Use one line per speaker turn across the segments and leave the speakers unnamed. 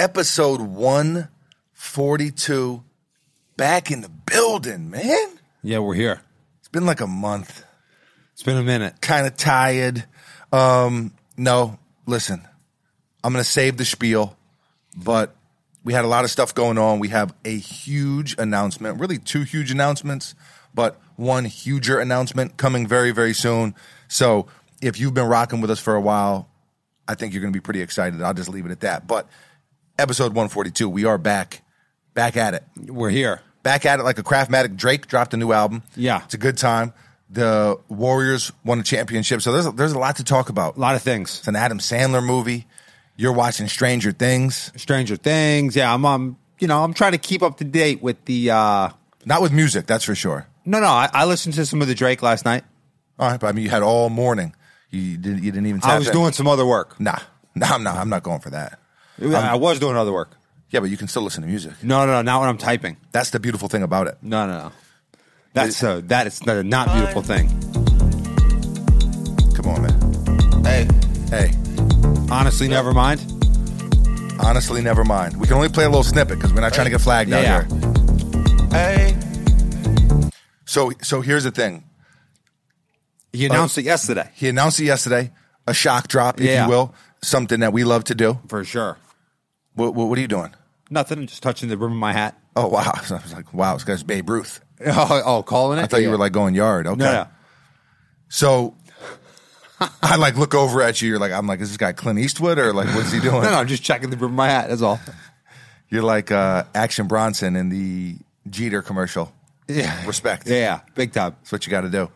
episode 142 back in the building, man.
Yeah, we're here.
It's been like a month.
It's been a minute.
Kind of tired. Um, no, listen. I'm going to save the spiel, but we had a lot of stuff going on. We have a huge announcement, really two huge announcements, but one huger announcement coming very very soon. So, if you've been rocking with us for a while, I think you're going to be pretty excited. I'll just leave it at that. But episode 142, we are back back at it
We're here.
back at it like a Craftmatic. Drake dropped a new album.
Yeah.
it's a good time. The Warriors won a championship, so there's there's a lot to talk about.
A lot of things.
It's an Adam Sandler movie. You're watching Stranger Things,
Stranger Things. Yeah, I'm um, you know, I'm trying to keep up to date with the uh
not with music, that's for sure.
No, no, I, I listened to some of the Drake last night.
All right, but I mean, you had all morning. You didn't. You didn't even. Tap
I was
in.
doing some other work.
Nah, nah, I'm not. I'm not going for that.
I was doing other work.
Yeah, but you can still listen to music.
No, no, no, not when I'm typing.
That's the beautiful thing about it.
No, no, no. That's a, that is not a not beautiful thing.
Come on, man. Hey, hey.
Honestly, never mind.
Honestly, never mind. We can only play a little snippet because we're not trying to get flagged out
Yeah.
here. So, so here's the thing.
He
Oh.
announced it yesterday.
He announced it yesterday, a shock drop, if
Yeah.
you will, something that we love to do.
For sure.
What, what, what are you doing?
Nothing, I'm just touching the rim of my hat.
Oh, wow. I was like, wow, this guy's Babe Ruth.
Oh, oh calling it?
I thought you were like going yard. Okay.
No, no.
So I like look over at you. You're like, I'm like, is this guy Clint Eastwood or like, what's he doing?
No, no, I'm just checking the rim of my hat, that's all.
You're like uh, Action Bronson in the Jeter commercial.
Yeah.
Respect.
Yeah, big time.
That's what you got to do.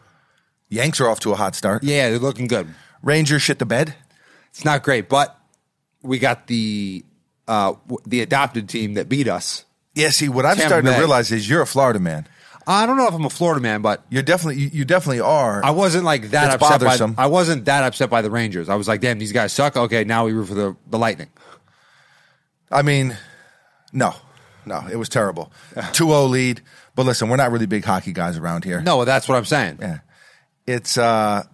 Yanks are off to a hot start.
Yeah, they're looking good.
Rangers shit the bed.
It's not great, but we got the uh, w- the adopted team that beat us.
Yeah, see, what I'm
Tampa
starting to
Bay.
realize is you're a Florida man.
I don't know if I'm a Florida man, but
You're definitely, you, you definitely are.
I wasn't like that
It's
upset.
bothersome.
By, I wasn't that upset by the Rangers. I was like, damn, these guys suck. Okay, now we root for the, the Lightning.
I mean, no, no, it was terrible. 2 0 lead. But listen, we're not really big hockey guys around here.
No, that's what I'm saying.
Yeah. It's, uh,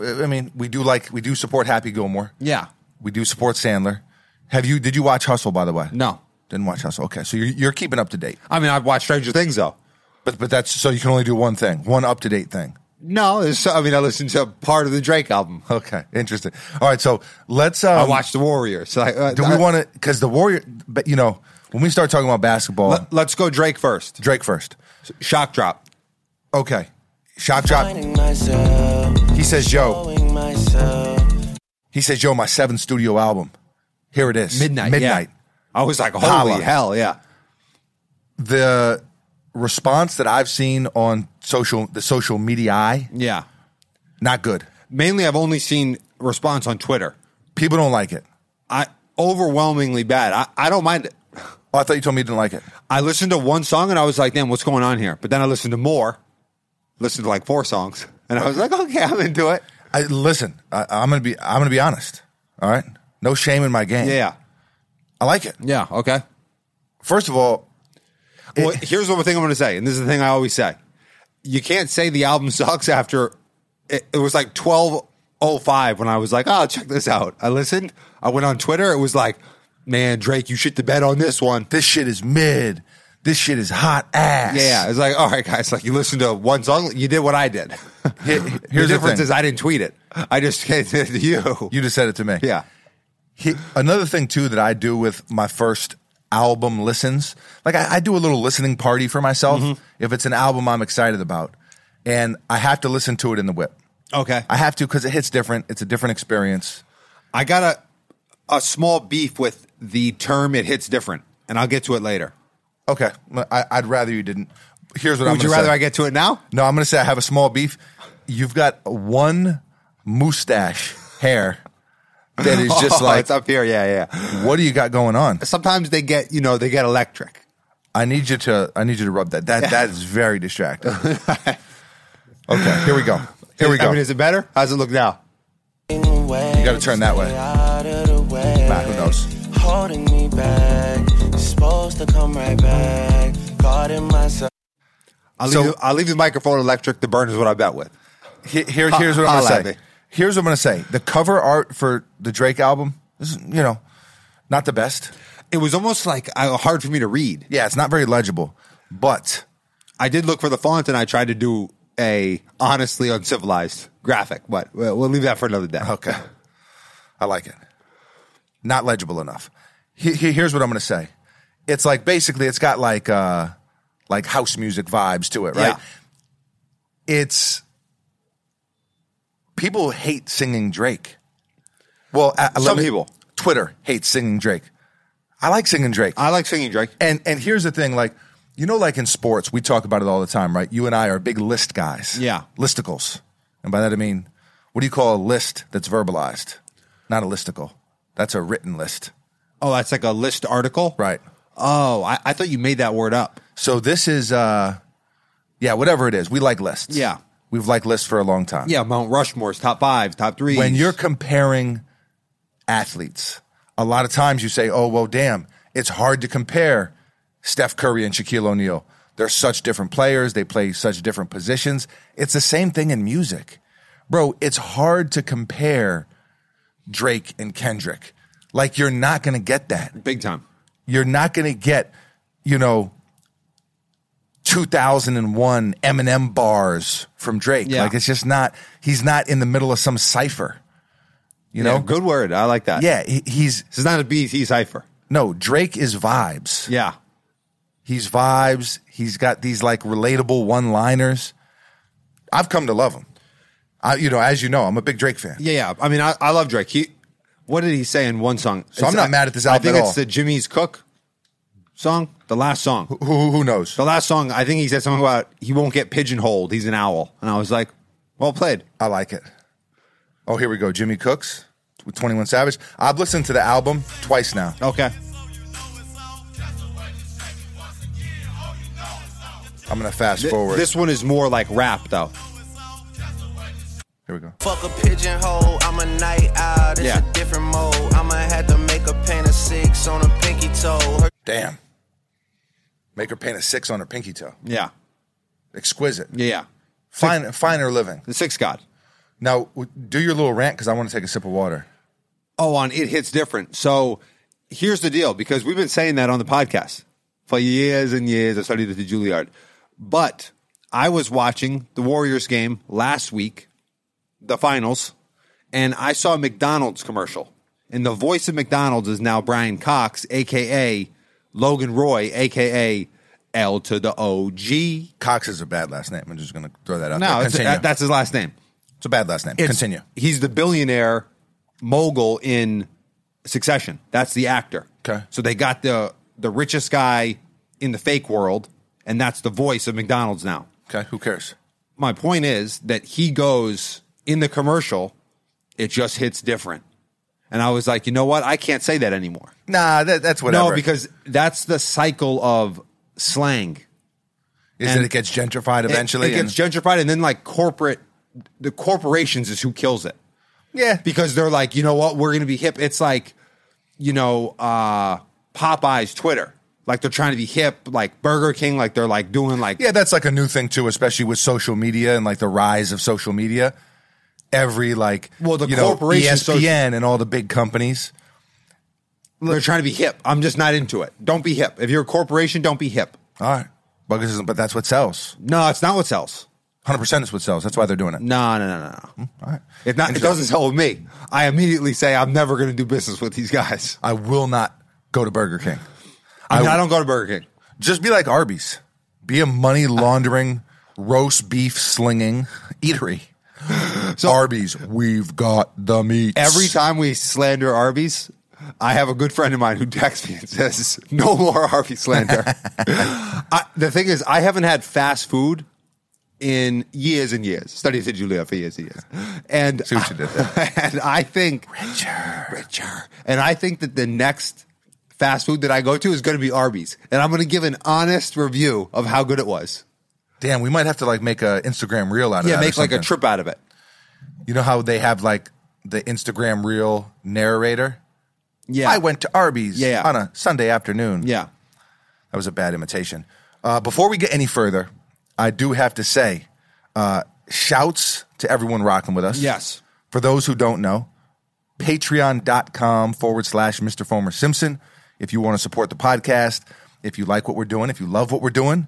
I mean, we do like, we do support Happy Gilmore.
Yeah.
We do support Sandler. Have you, did you watch Hustle, by the way?
No.
Didn't watch Hustle. Okay. So you're, you're keeping up to date.
I mean, I've watched Stranger Things, though.
But, but that's, so you can only do one thing, one up to date thing.
No, it's, I mean, I listened to part of the Drake album.
Okay. Interesting. All right. So let's, um,
I watched The Warriors. So I, uh,
do we want to, because the Warrior, but you know, when we start talking about basketball,
Let, let's go Drake first.
Drake first.
Shock drop.
Okay. Shock drop.
Finding myself,
He says, yo.
knowing myself.
He says, "Yo, my seventh studio album. Here it is.
Midnight.
Midnight."
Yeah. I was like, holy
Holla.
hell, yeah.
The response that I've seen on social, the social media, eye,
Yeah.
not good.
Mainly, I've only seen response on Twitter.
People don't like it.
I overwhelmingly bad. I, I don't mind. it.
Oh, I thought you told me you didn't like it.
I listened to one song and I was like, damn, what's going on here? But then I listened to more, listened to like four songs, and I was like, okay, I'm into it.
I, listen, I, I'm gonna be, I'm gonna be honest. All right, no shame in my game.
Yeah.
I like it.
Yeah. Okay.
First of all,
Well, here's the thing I'm going to say, and this is the thing I always say: you can't say the album sucks after it, it was like 12:05 when I was like, "Oh, check this out." I listened. I went on Twitter. It was like, "Man, Drake, you shit the bed on this one."
this shit is mid. This shit is hot ass.
Yeah, it's like, all right, guys, like you listened to one song, you did what I did.
Here-
the
here's the,
difference
thing.
is I didn't tweet it. I just sent it to you.
you just said it to me.
Yeah.
He- another thing too that I do with my first album listens, like I, I do a little listening party for myself
Mm-hmm.
if it's an album I'm excited about, and I have to listen to it in the whip.
Okay.
I have to because it hits different. It's a different experience.
I got a a small beef with the term it hits different, and I'll get to it later.
Okay, I, I'd rather you didn't. Here's what I'm.
Would you
gonna
rather
say.
I get to it now?
No, I'm going to say I have a small beef. You've got one mustache hair that is just
Oh,
like,
it's up here. Yeah, yeah.
what do you got going on?
Sometimes they get, you know, they get electric.
I need you to. I need you to rub that. That that is very distracting. okay, here we go. Here we go.
I mean, is it better? How's it look now?
You
gotta turn that way.
Out of the way.
Nah, who knows?
Holding me back. Supposed to come right back. Guarding myself.
I'll
So-
leave. The, I'll leave the microphone electric. The burn is what I bet with.
Here- here- here's what I'm
Holla
gonna
at
say.
me.
Here's what I'm gonna say. The cover art for the Drake album is, you know, not the best.
it was almost like uh, hard for me to read.
Yeah, it's not very legible, but
I did look for the font and I tried to do a honestly uncivilized graphic, but we'll, we'll leave that for another day.
okay. I like it. Not legible enough. He- he- here's what I'm going to say. It's like basically it's got like uh like house music vibes to it, right?
Yeah.
It's people hate singing Drake. Well, uh, let
Some
me-
people.
Twitter hates singing Drake. I like singing Drake.
I like singing, Drake.
And and here's the thing, like you know, like in sports, we talk about it all the time, right? You and I are big list guys.
Yeah.
listicles, and by that I mean, what do you call a list that's verbalized? Not a listicle. That's a written list,
Oh, that's like a list article?
right?
Oh, I, I thought you made that word up.
So this is, uh yeah, whatever it is, we like lists.
Yeah.
we've liked lists for a long time.
Yeah, Mount Rushmore's top five, top three.
when you're comparing athletes, a lot of times you say, "Oh, well, damn, it's hard to compare Steph Curry and Shaquille O'Neal. They're such different players. They play such different positions." It's the same thing in music, bro. It's hard to compare Drake and Kendrick. Like you're not gonna get that
big time.
you're not going to get, you know, 2001 Eminem bars from Drake.
Yeah.
Like it's just not, he's not in the middle of some cipher, you
No,
know?
good word. I like that.
Yeah, he, he's,
This is not a BT cipher.
no, Drake is vibes.
Yeah.
He's vibes. He's got these like relatable one liners. I've come to love him. I, you know, as you know, I'm a big Drake fan.
Yeah, yeah. I mean, I, I love Drake. He, what did he say in one song? So
I'm not mad at this album
I think
at
it's
all.
the Jimmy's Cook song, the last song.
Who, who knows?
The last song, I think he said something about he won't get pigeonholed. He's an owl, and I was like, well played.
I like it. Oh, here we go. Jimmy Cooks with 21 Savage. I've listened to the album twice now.
Okay.
I'm going to fast
Th-
forward.
This one is more like rap, though.
Here we go.
Fuck a pigeonhole, I'm a night owl. It's
Yeah.
a different mode. I'ma have to make a paint of six on a pinky toe. Her
Damn. Make her paint a six on her pinky toe.
Yeah,
Exquisite.
yeah, yeah.
Fine, finer living.
The Six God.
Now, w- do your little rant because I want to take a sip of water.
Oh, on it hits different. So here's the deal, because we've been saying that on the podcast for years and years. I studied at the Juilliard, but I was watching the Warriors game last week, the finals, and I saw a McDonald's commercial. And the voice of McDonald's is now Brian Cox, aka Logan Roy, aka L to the OG.
Cox is a bad last name. I'm just going to throw that out
No,
there.
it's,
Continue.
that- that's his last name.
it's a bad last name.
It's-
Continue.
He's the billionaire mogul in Succession. That's the actor.
Okay.
So they got the the richest guy in the fake world, and that's the voice of McDonald's now.
Okay, who cares?
My point is that he goes in the commercial, it just hits different. And I was like, you know what? I can't say that anymore.
Nah, that, that's whatever.
No, because that's the cycle of slang.
is
and-
that it gets gentrified
It-
eventually?
it, gets
and-
gentrified, and then like corporate, the corporations is who kills it.
yeah.
because they're like, you know what, we're going to be hip. It's like, you know, uh, Popeye's Twitter. Like they're trying to be hip, like Burger King, like they're like doing like
yeah, that's like a new thing too, especially with social media and like the rise of social media. Every like,
Well, the
you know, E ESPN
corporation soci-
and all the big companies.
they're trying to be hip. I'm just not into it. Don't be hip. If you're a corporation, don't be hip.
All right, Buggers isn't, but that's what sells.
No, it's not what sells. Hmm,
Hundred percent is what sells. That's why they're doing it.
No, no, no, no, no.
All right.
It not it doesn't sell with me. I immediately say I'm never going to do business with these guys.
I will not go to Burger King.
I, mean,
I-
I don't go to Burger King.
Just be like Arby's. Be a money laundering, roast beef slinging eatery.
So-
Arby's, we've got the meat.
Every time we slander Arby's, I have a good friend of mine who texts me and says, "No more Arby slander." I, the thing is, I haven't had fast food in years and years. Studied at Juilliard for years and years, and
See what you did there.
and I think richer, richer, and I think that the next fast food that I go to is going to be Arby's, and I'm going to give an honest review of how good it was.
Damn, we might have to like make a Instagram reel out of
Yeah,
that. or
make like a
something.
trip out of it.
You know how they have like the Instagram reel narrator?
Yeah,
I went to Arby's
Yeah.
on a Sunday afternoon.
Yeah,
That was a bad imitation. Uh, before we get any further, I do have to say uh, shouts to everyone rocking with us.
Yes.
For those who don't know, patreon.com forward slash Mr. Fomer Simpson. If you want to support the podcast, if you like what we're doing, if you love what we're doing,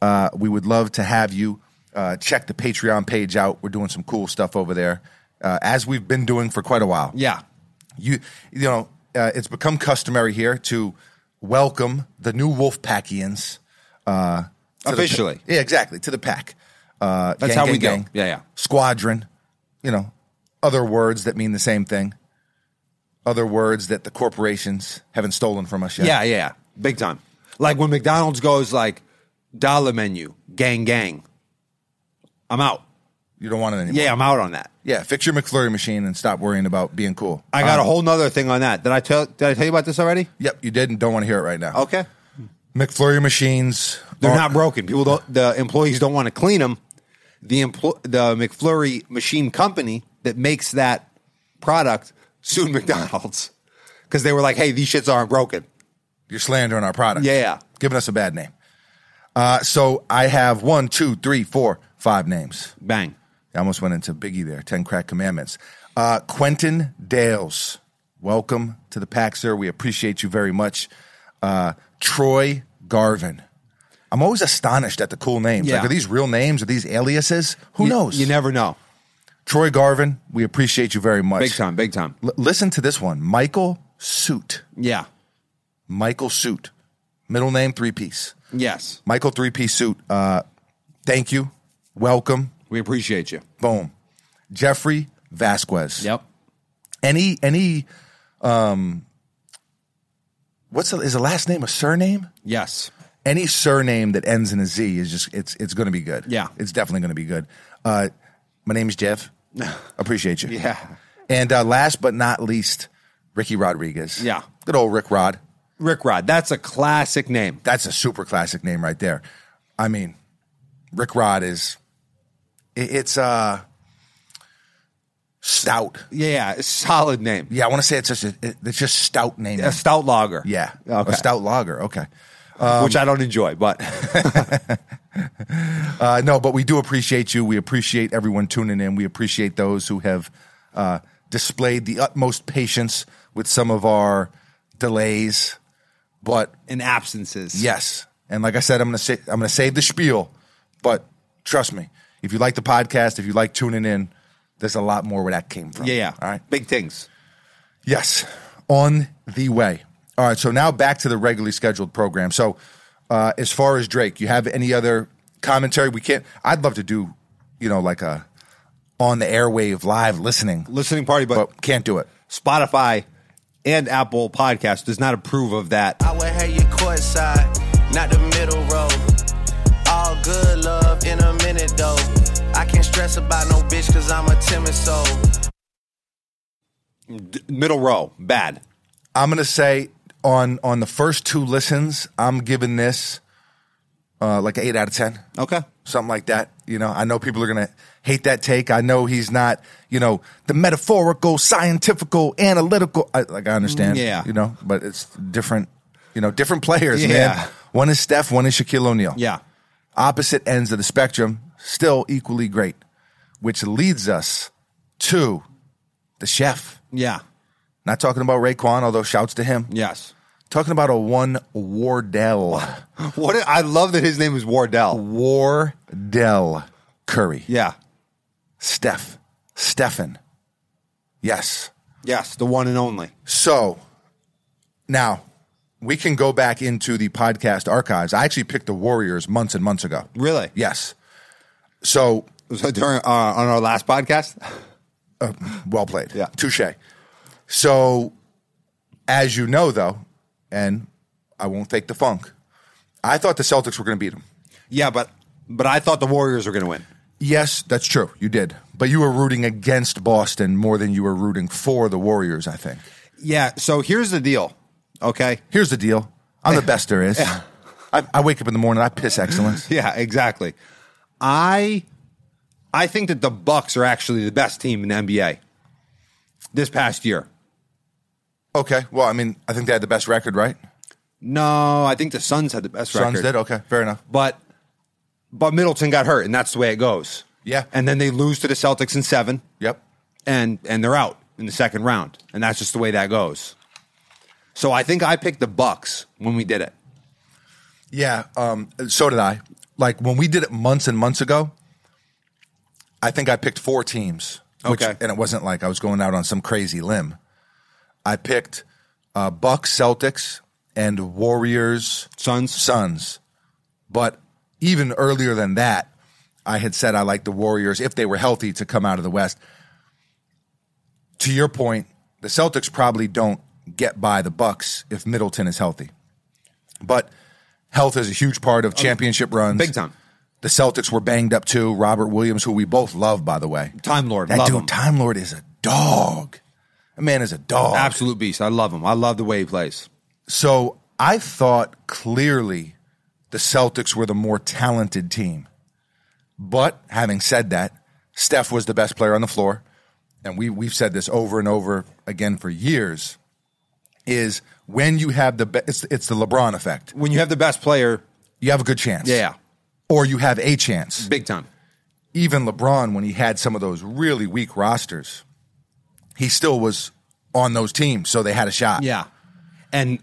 uh, we would love to have you uh, check the Patreon page out. We're doing some cool stuff over there, uh, as we've been doing for quite a while
Yeah.
you you know uh, it's become customary here to welcome the new Wolfpackians uh, to the-
Officially.
yeah, exactly to the pack. Uh,
That's
gang,
how
gang,
we go.
gang.
Yeah, yeah.
Squadron, you know, other words that mean the same thing. Other words that the corporations haven't stolen from us yet.
Yeah, yeah. Big time. Like when McDonald's goes like dollar menu, gang gang. I'm out.
you don't want it anymore.
Yeah, I'm out on that.
yeah. Fix your McFlurry machine and stop worrying about being cool. Um,
I got a whole nother thing on that. Did I tell did I tell you about this already?
Yep, you did, and don't want to hear it right now.
Okay.
McFlurry machines.
Oh. They're
are-
not broken. People don't the employees don't want to clean them. The empl- the McFlurry machine company that makes that product sued McDonald's cuz they were like, "Hey, these shits aren't broken."
You're slandering our product.
Yeah, yeah.
Giving us a bad name. Uh, so I have one, two, three, four, five names.
Bang.
I almost went into Biggie there, 10 crack commandments. Uh, Quentin Dales, welcome to the pack, sir. We appreciate you very much. Uh, Troy Garvin. I'm always astonished at the cool names.
Yeah.
Like, are these real names? Are these aliases? Who
You-
knows?
You never know.
Troy Garvin, we appreciate you very much.
Big time, big time.
L- listen to this one Michael Suit.
Yeah.
Michael Suit. Middle name, three piece.
Yes.
Michael three piece suit. Uh, thank you. Welcome.
We appreciate you.
Boom. Jeffrey Vasquez.
Yep.
Any any um what's the, is the last name a surname?
Yes.
Any surname that ends in a Z is just it's it's gonna be good.
Yeah.
It's definitely gonna be good. Uh my name is Jeff. Appreciate you.
Yeah.
And uh, last but not least, Ricky Rodriguez.
Yeah.
Good old Rick Rod.
Rick Rod. That's a classic name.
that's a super classic name right there. I mean, Rick Rod is it- it's uh stout.
Yeah, a solid name.
Yeah, I want to say it's just a, it- it's just stout name.
A stout lager.
Yeah,
Okay.
a stout lager. Okay,
which I don't enjoy, but
uh, no, but we do appreciate you. We appreciate everyone tuning in. We appreciate those who have uh, displayed the utmost patience with some of our delays. But
in absences.
Yes. And like I said, I'm gonna say I'm gonna save the spiel, but trust me, if you like the podcast, if you like tuning in, there's a lot more where that came from.
Yeah, yeah.
All right.
Big things.
Yes. On the way. All right. So now back to the regularly scheduled program. So uh, as far as Drake, you have any other commentary? We can't. I'd love to do, you know, like a on the airwave live listening,
Listening party, but,
but can't do it.
Spotify and Apple Podcast does not approve of that.
I would have you court side, not the middle road. All good love in a minute though. I can't stress about no bitch cause I'm a timid soul.
D- middle row, bad.
I'm gonna say on on the first two listens, I'm giving this uh, like an eight out of ten.
Okay.
something like that. You know, I know people are gonna hate that take. I know he's not, you know, the metaphorical, scientifical, analytical. I, like I understand,
Yeah.
you know, but it's different, you know, different players,
Yeah.
man. One is Steph, one is Shaquille O'Neal.
Yeah.
opposite ends of the spectrum, still equally great, which leads us to the chef.
Yeah.
Not talking about Raekwon, although shouts to him.
Yes.
Talking about a one Wardell,
What a- I love that his name is Wardell.
Wardell Curry.
Yeah.
Steph. Stefan. Yes.
Yes, the one and only.
So now we can go back into the podcast archives. I actually picked the Warriors months and months ago.
Really?
Yes. So
So during uh, on our last podcast,
well played.
Yeah.
Touche. So as you know, though, and I won't fake the funk, I thought the Celtics were going to beat them.
yeah, but but I thought the Warriors were going to win.
Yes, that's true. You did. But you were rooting against Boston more than you were rooting for the Warriors, I think.
Yeah. So here's the deal. Okay.
here's the deal. I'm the best there is. I, I wake up in the morning. I piss excellence.
Yeah. Exactly. I I think that the Bucks are actually the best team in the NBA this past year.
Okay. Well, I mean, I think they had the best record, right?
No, I think the Suns had the best
Suns
record.
did. Okay. Fair enough.
But but Middleton got hurt, and that's the way it goes.
Yeah.
And then they lose to the Celtics in seven,
Yep.
and and they're out in the second round, and that's just the way that goes. So I think I picked the Bucks when we did it.
Yeah, um, so did I. Like when we did it months and months ago, I think I picked four teams. which-
Okay.
and it wasn't like I was going out on some crazy limb. I picked uh, Bucks, Celtics, and Warriors,
Suns.
Suns. But even earlier than that, I had said I liked the Warriors if they were healthy to come out of the West. To your point, the Celtics probably don't get by the Bucks if Middleton is healthy. But health is a huge part of championship runs.
Um, Big time.
The Celtics were banged up too. Robert Williams, who we both love, by the way.
Time Lord.
That
love
dude,
him.
Time Lord, is a dog. A man is a dog.
Absolute beast. I love him. I love the way he plays.
So I thought clearly the Celtics were the more talented team. But having said that, Steph was the best player on the floor. And we, we've said this over and over again for years is when you have the best, it's, it's the LeBron effect.
When you have the best player,
You have a good chance.
yeah, yeah.
Or you have a chance.
big time.
even LeBron, when he had some of those really weak rosters, he still was on those teams, so they had a shot.
Yeah. And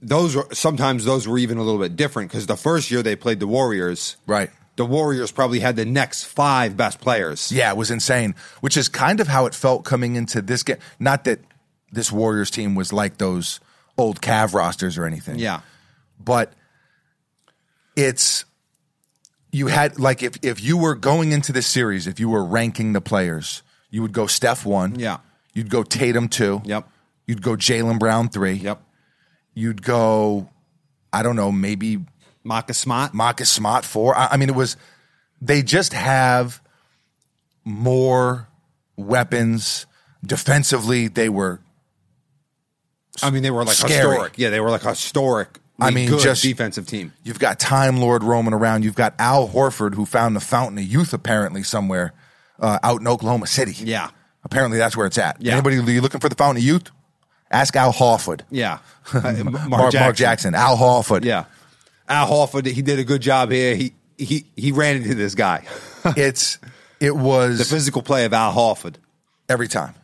those were sometimes those were even a little bit different because the first year they played the Warriors,
Right.
the Warriors probably had the next five best players.
Yeah, it was insane, which is kind of how it felt coming into this game. Not that this Warriors team was like those old Cav rosters or anything.
Yeah.
But it's you had like if if you were going into this series, if you were ranking the players, you would go Steph one.
Yeah.
You'd go Tatum two.
Yep.
You'd go Jalen Brown three.
Yep.
you'd go, I don't know, maybe
Maka Smart.
Marcus Smart four. I, I mean, it was they just have more weapons defensively. They were
I mean, they were like
Scary.
historic. Yeah, they were like historic.
I mean,
good
just-
defensive team.
you've got Time Lord roaming around. You've got Al Horford who found the fountain of youth apparently somewhere uh, out in Oklahoma City.
Yeah.
apparently that's where it's at.
Yeah.
Anybody you looking for the fountain of youth? Ask Al Horford.
Yeah, Uh, Mark,
Mark, Mark Jackson, Al Horford.
Yeah, Al Horford. He did a good job here. He he he ran into this guy.
it's it was
The physical play of Al Horford.
every time.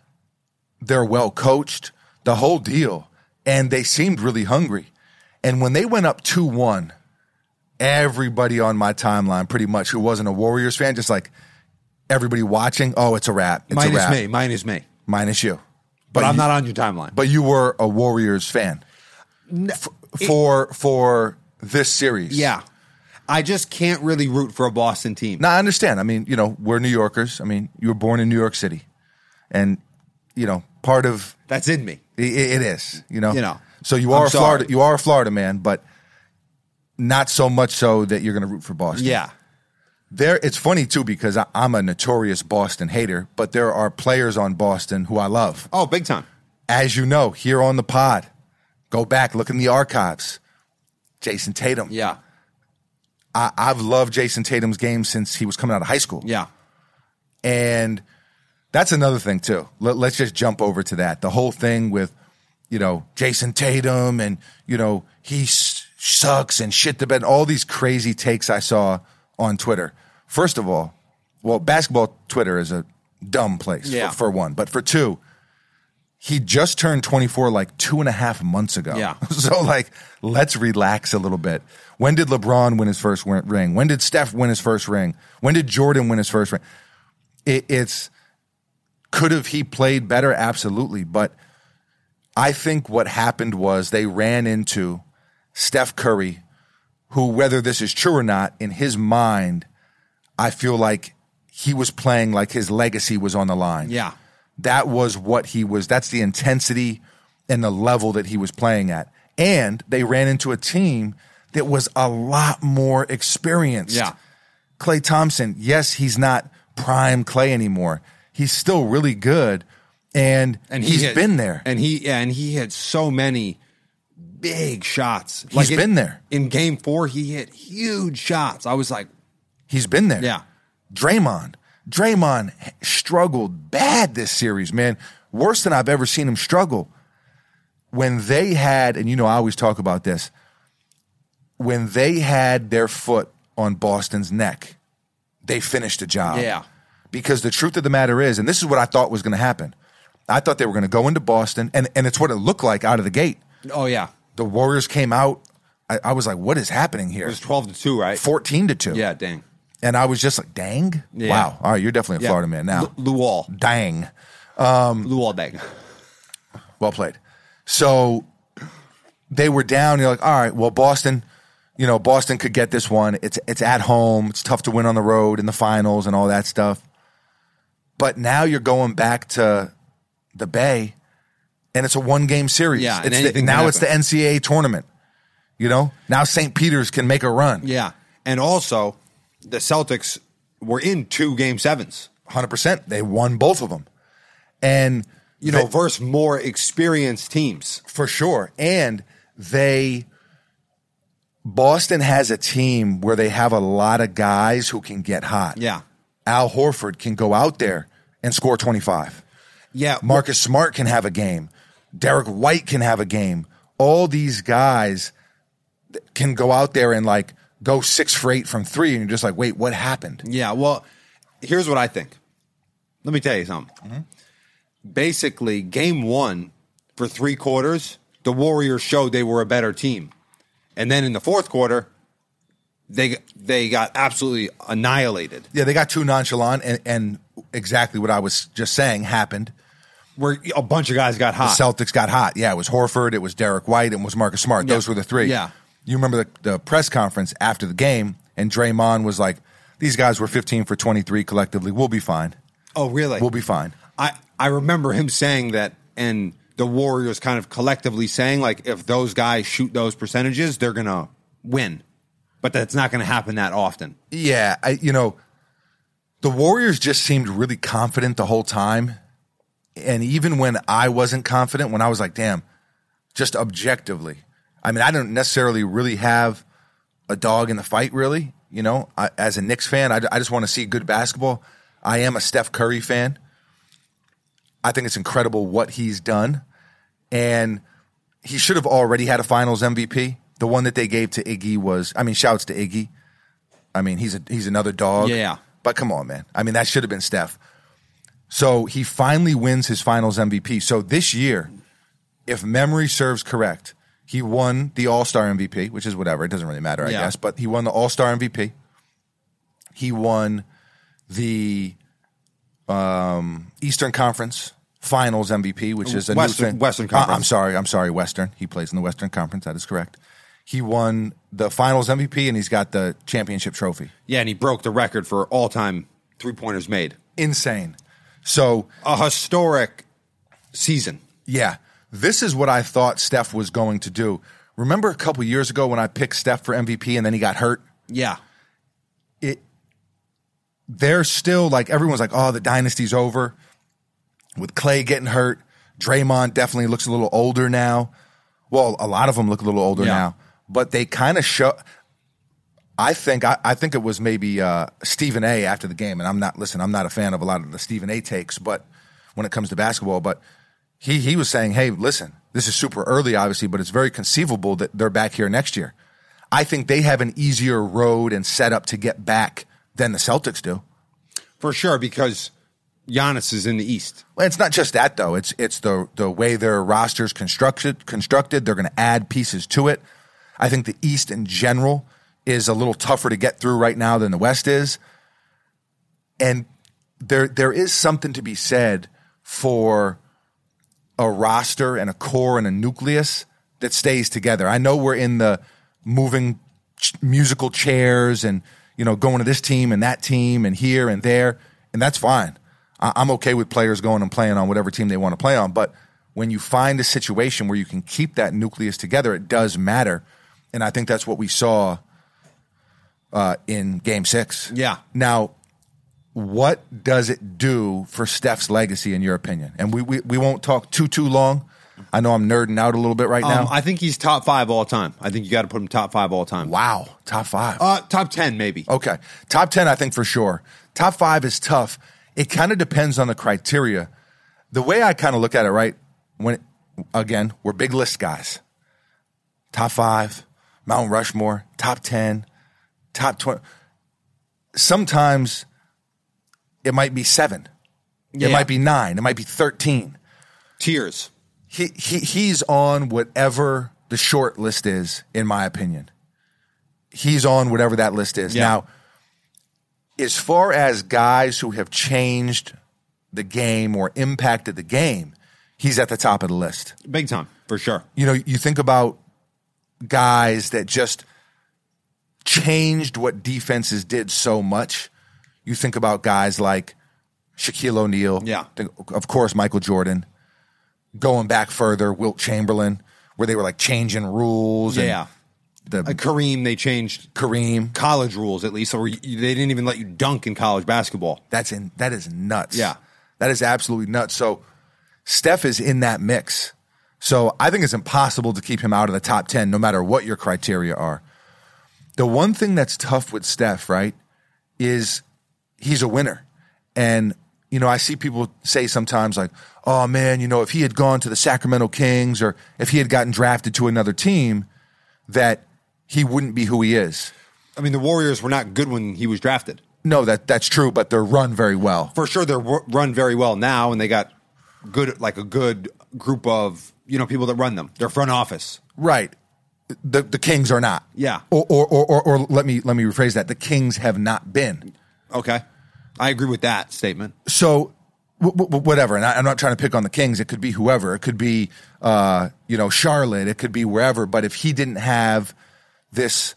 They're well coached, the whole deal, and they seemed really hungry. And when they went up 2 1, everybody on my timeline, pretty much, who wasn't a Warriors fan, just like everybody watching, oh, it's a wrap. It's a
Minus
wrap.
me. Minus me.
Minus you.
But, I'm
you-
not on your timeline.
But you were a Warriors fan F- for for this series.
yeah, I just can't really root for a Boston team.
Now I understand. I mean, you know, we're New Yorkers. I mean, you were born in New York City, and you know, part of
That's in me.
I- i it is, you know.
You know.
So you
I'm
are a Florida,
sorry.
you are a Florida man, but not so much so that you're going to root for Boston.
Yeah,
there. It's funny too because I, I'm a notorious Boston hater, but there are players on Boston who I love.
Oh, big time.
As you know, here on the pod, go back look in the archives. Jason Tatum.
Yeah.
I, I've loved Jason Tatum's game since he was coming out of high school.
Yeah.
And that's another thing too. Let, let's just jump over to that. The whole thing with, you know, Jason Tatum and, you know, he s- sucks and shit the bed. All these crazy takes I saw on Twitter. First of all, well, basketball Twitter is a dumb place for-
Yeah.
for, one, but for two, he just turned 24 like two and a half months ago.
Yeah.
so like, let's relax a little bit. When did LeBron win his first win- ring? When did Steph win his first ring? When did Jordan win his first ring? it, it's could have he played better absolutely but i think what happened was they ran into steph curry who whether this is true or not in his mind i feel like he was playing like his legacy was on the line
Yeah.
that was what he was that's the intensity and the level that he was playing at and they ran into a team that was a lot more experienced
Yeah.
Clay Thompson, yes, he's not prime Clay anymore. He's still really good, and,
And he
he's
hit-
been there.
And he yeah, and he had so many big shots. He's
been there.
In game four, he hit huge shots. I was like,
he's been there.
Yeah.
Draymond, Draymond h- struggled bad this series, man. Worse than I've ever seen him struggle. When they had, and you know, I always talk about this. When they had their foot on Boston's neck, they finished the job.
Yeah.
Because the truth of the matter is, and this is what I thought was going to happen. I thought they were going to go into Boston, and, and it's what it looked like out of the gate.
Oh yeah,
The Warriors came out. I, I was like, what is happening here?
it was twelve to two, right?
14 to 2.
Yeah, dang.
And I was just like, dang.
Yeah.
Wow. All right, you're definitely a
Yeah.
Florida man now.
Lu- Luol,
dang.
Luol Deng.
Well played. So they were down. You're like, all right, well, Boston, you know, Boston could get this one. It's it's at home. It's tough to win on the road in the finals and all that stuff. But now you're going back to the Bay, and it's a one game series.
Yeah, and
it's the,
anything can
now it's the
happen.
NCAA tournament. You know, now St. Peter's can make a run.
Yeah, and also the Celtics were in two game sevens.
hundred percent. They won both of them, and
You know, versus more experienced teams.
For sure. And they Boston has a team where they have a lot of guys who can get hot.
Yeah.
Al Horford can go out there and score 25.
Yeah,
Marcus Smart can have a game. Derek White can have a game. All these guys th- can go out there and like go 6 for 8 from 3 and you're just like, "Wait, what happened?"
Yeah, well, here's what I think. Let me tell you something. Basically, game one for three quarters, the Warriors showed they were a better team, and then in the fourth quarter, they they got absolutely annihilated.
Yeah, they got too nonchalant and, and exactly what I was just saying happened.
Where a bunch of guys got hot.
The Celtics got hot. Yeah, it was Horford, it was Derek White, and it was Marcus Smart. Those were the three.
Yeah.
You remember the, the press conference after the game, and Draymond was like, these guys were 15 for 23 collectively. We'll be fine.
oh, really?
We'll be fine.
I I remember him saying that, and the Warriors kind of collectively saying like, if those guys shoot those percentages, they're gonna win, but that's not gonna happen that often.
Yeah, I, you know, the Warriors just seemed really confident the whole time. And even when I wasn't confident, when I was like, damn, just objectively, I mean, I don't necessarily really have a dog in the fight, really. You know, I, as a Knicks fan, I, I just want to see good basketball. I am a Steph Curry fan. I think it's incredible what he's done. And he should have already had a finals MVP. The one that they gave to Iggy was, I mean, shouts to Iggy. I mean, he's a, he's another dog.
Yeah.
But come on, man. I mean, that should have been Steph. So he finally wins his finals MVP. So this year, if memory serves correct, he won the All Star MVP, which is whatever. It doesn't really matter, I
Yeah.
guess. But he won the All Star MVP. He won the um, Eastern Conference Finals MVP, which is a
Western-
new thing.
Western
Uh, I'm
Conference.
sorry. I'm sorry. Western. He plays in the Western Conference. That is correct. He won the Finals MVP and he's got the championship trophy.
Yeah, and he broke the record for all time three pointers made.
Insane. So
A historic season.
Yeah. This is what I thought Steph was going to do. Remember a couple years ago when I picked Steph for MVP and then he got hurt?
Yeah.
It they're still like everyone's like, "Oh, the dynasty's over." With Clay getting hurt, Draymond definitely looks a little older now. Well, a lot of them look a little older
Yeah.
now, but they kind of show I think I, I think it was maybe uh, Stephen A. after the game, and I'm not listen. I'm not a fan of a lot of the Stephen A. takes, but when it comes to basketball, but he he was saying, hey, listen, this is super early, obviously, but it's very conceivable that they're back here next year. I think they have an easier road and setup to get back than the Celtics do.
For sure, because Giannis is in the East.
Well, it's not just that though. It's it's the the way their rosters constructed constructed. They're going to add pieces to it. I think the East in general is a little tougher to get through right now than the West is, and there there is something to be said for a roster and a core and a nucleus that stays together. I know we're in the moving ch- musical chairs and you know going to this team and that team and here and there, and that's fine. I- I'm okay with players going and playing on whatever team they want to play on, but when you find a situation where you can keep that nucleus together, it does matter, and I think that's what we saw uh, in Game Six.
Yeah.
Now what does it do for Steph's legacy, in your opinion? And we, we, we won't talk too too long. I know I'm nerding out a little bit right now.
Um, I think he's top five all time. I think you got to put him top five all time.
wow, top five.
Uh, top 10, maybe.
okay, top ten, I think for sure. Top five is tough. It kind of depends on the criteria. The way I kind of look at it, right? When again, we're big list guys. Top five, Mount Rushmore, top ten, top twenty. Sometimes it might be seven.
Yeah.
It might be nine. It might be thirteen.
Tiers.
he, he he's on whatever the short list is, in my opinion. He's on whatever that list is.
Yeah.
Now, as far as guys who have changed the game or impacted the game, he's at the top of the list
Big time, for sure.
you know, you think about guys that just changed what defenses did so much. You think about guys like Shaquille O'Neal.
Yeah.
Think- of course, Michael Jordan. Going back further, Wilt Chamberlain, where they were like changing rules. and
Yeah.
The
Uh, Kareem, they changed
Kareem.
college rules at least, or you, they didn't even let you dunk in college basketball.
That's in. That is nuts.
Yeah.
That is absolutely nuts. So Steph is in that mix. So I think it's impossible to keep him out of the top 10, no matter what your criteria are. The one thing that's tough with Steph, right, is he's a winner. And, you know, I see people say sometimes, like, oh man, you know, if he had gone to the Sacramento Kings or if he had gotten drafted to another team, that he wouldn't be who he is.
I mean, the Warriors were not good when he was drafted.
No, that, that's true, but they're run very well.
For sure, they're w- run very well now, and they got good, like a good group of you know people that run them. Their front office.
Right. The the Kings are not.
Yeah.
Or or or, or, or let me let me rephrase that. The Kings have not been.
Okay, I agree with that statement.
So w- w- whatever. And I, I'm not trying to pick on the Kings. It could be whoever. It could be uh you know Charlotte. It could be wherever. But if he didn't have this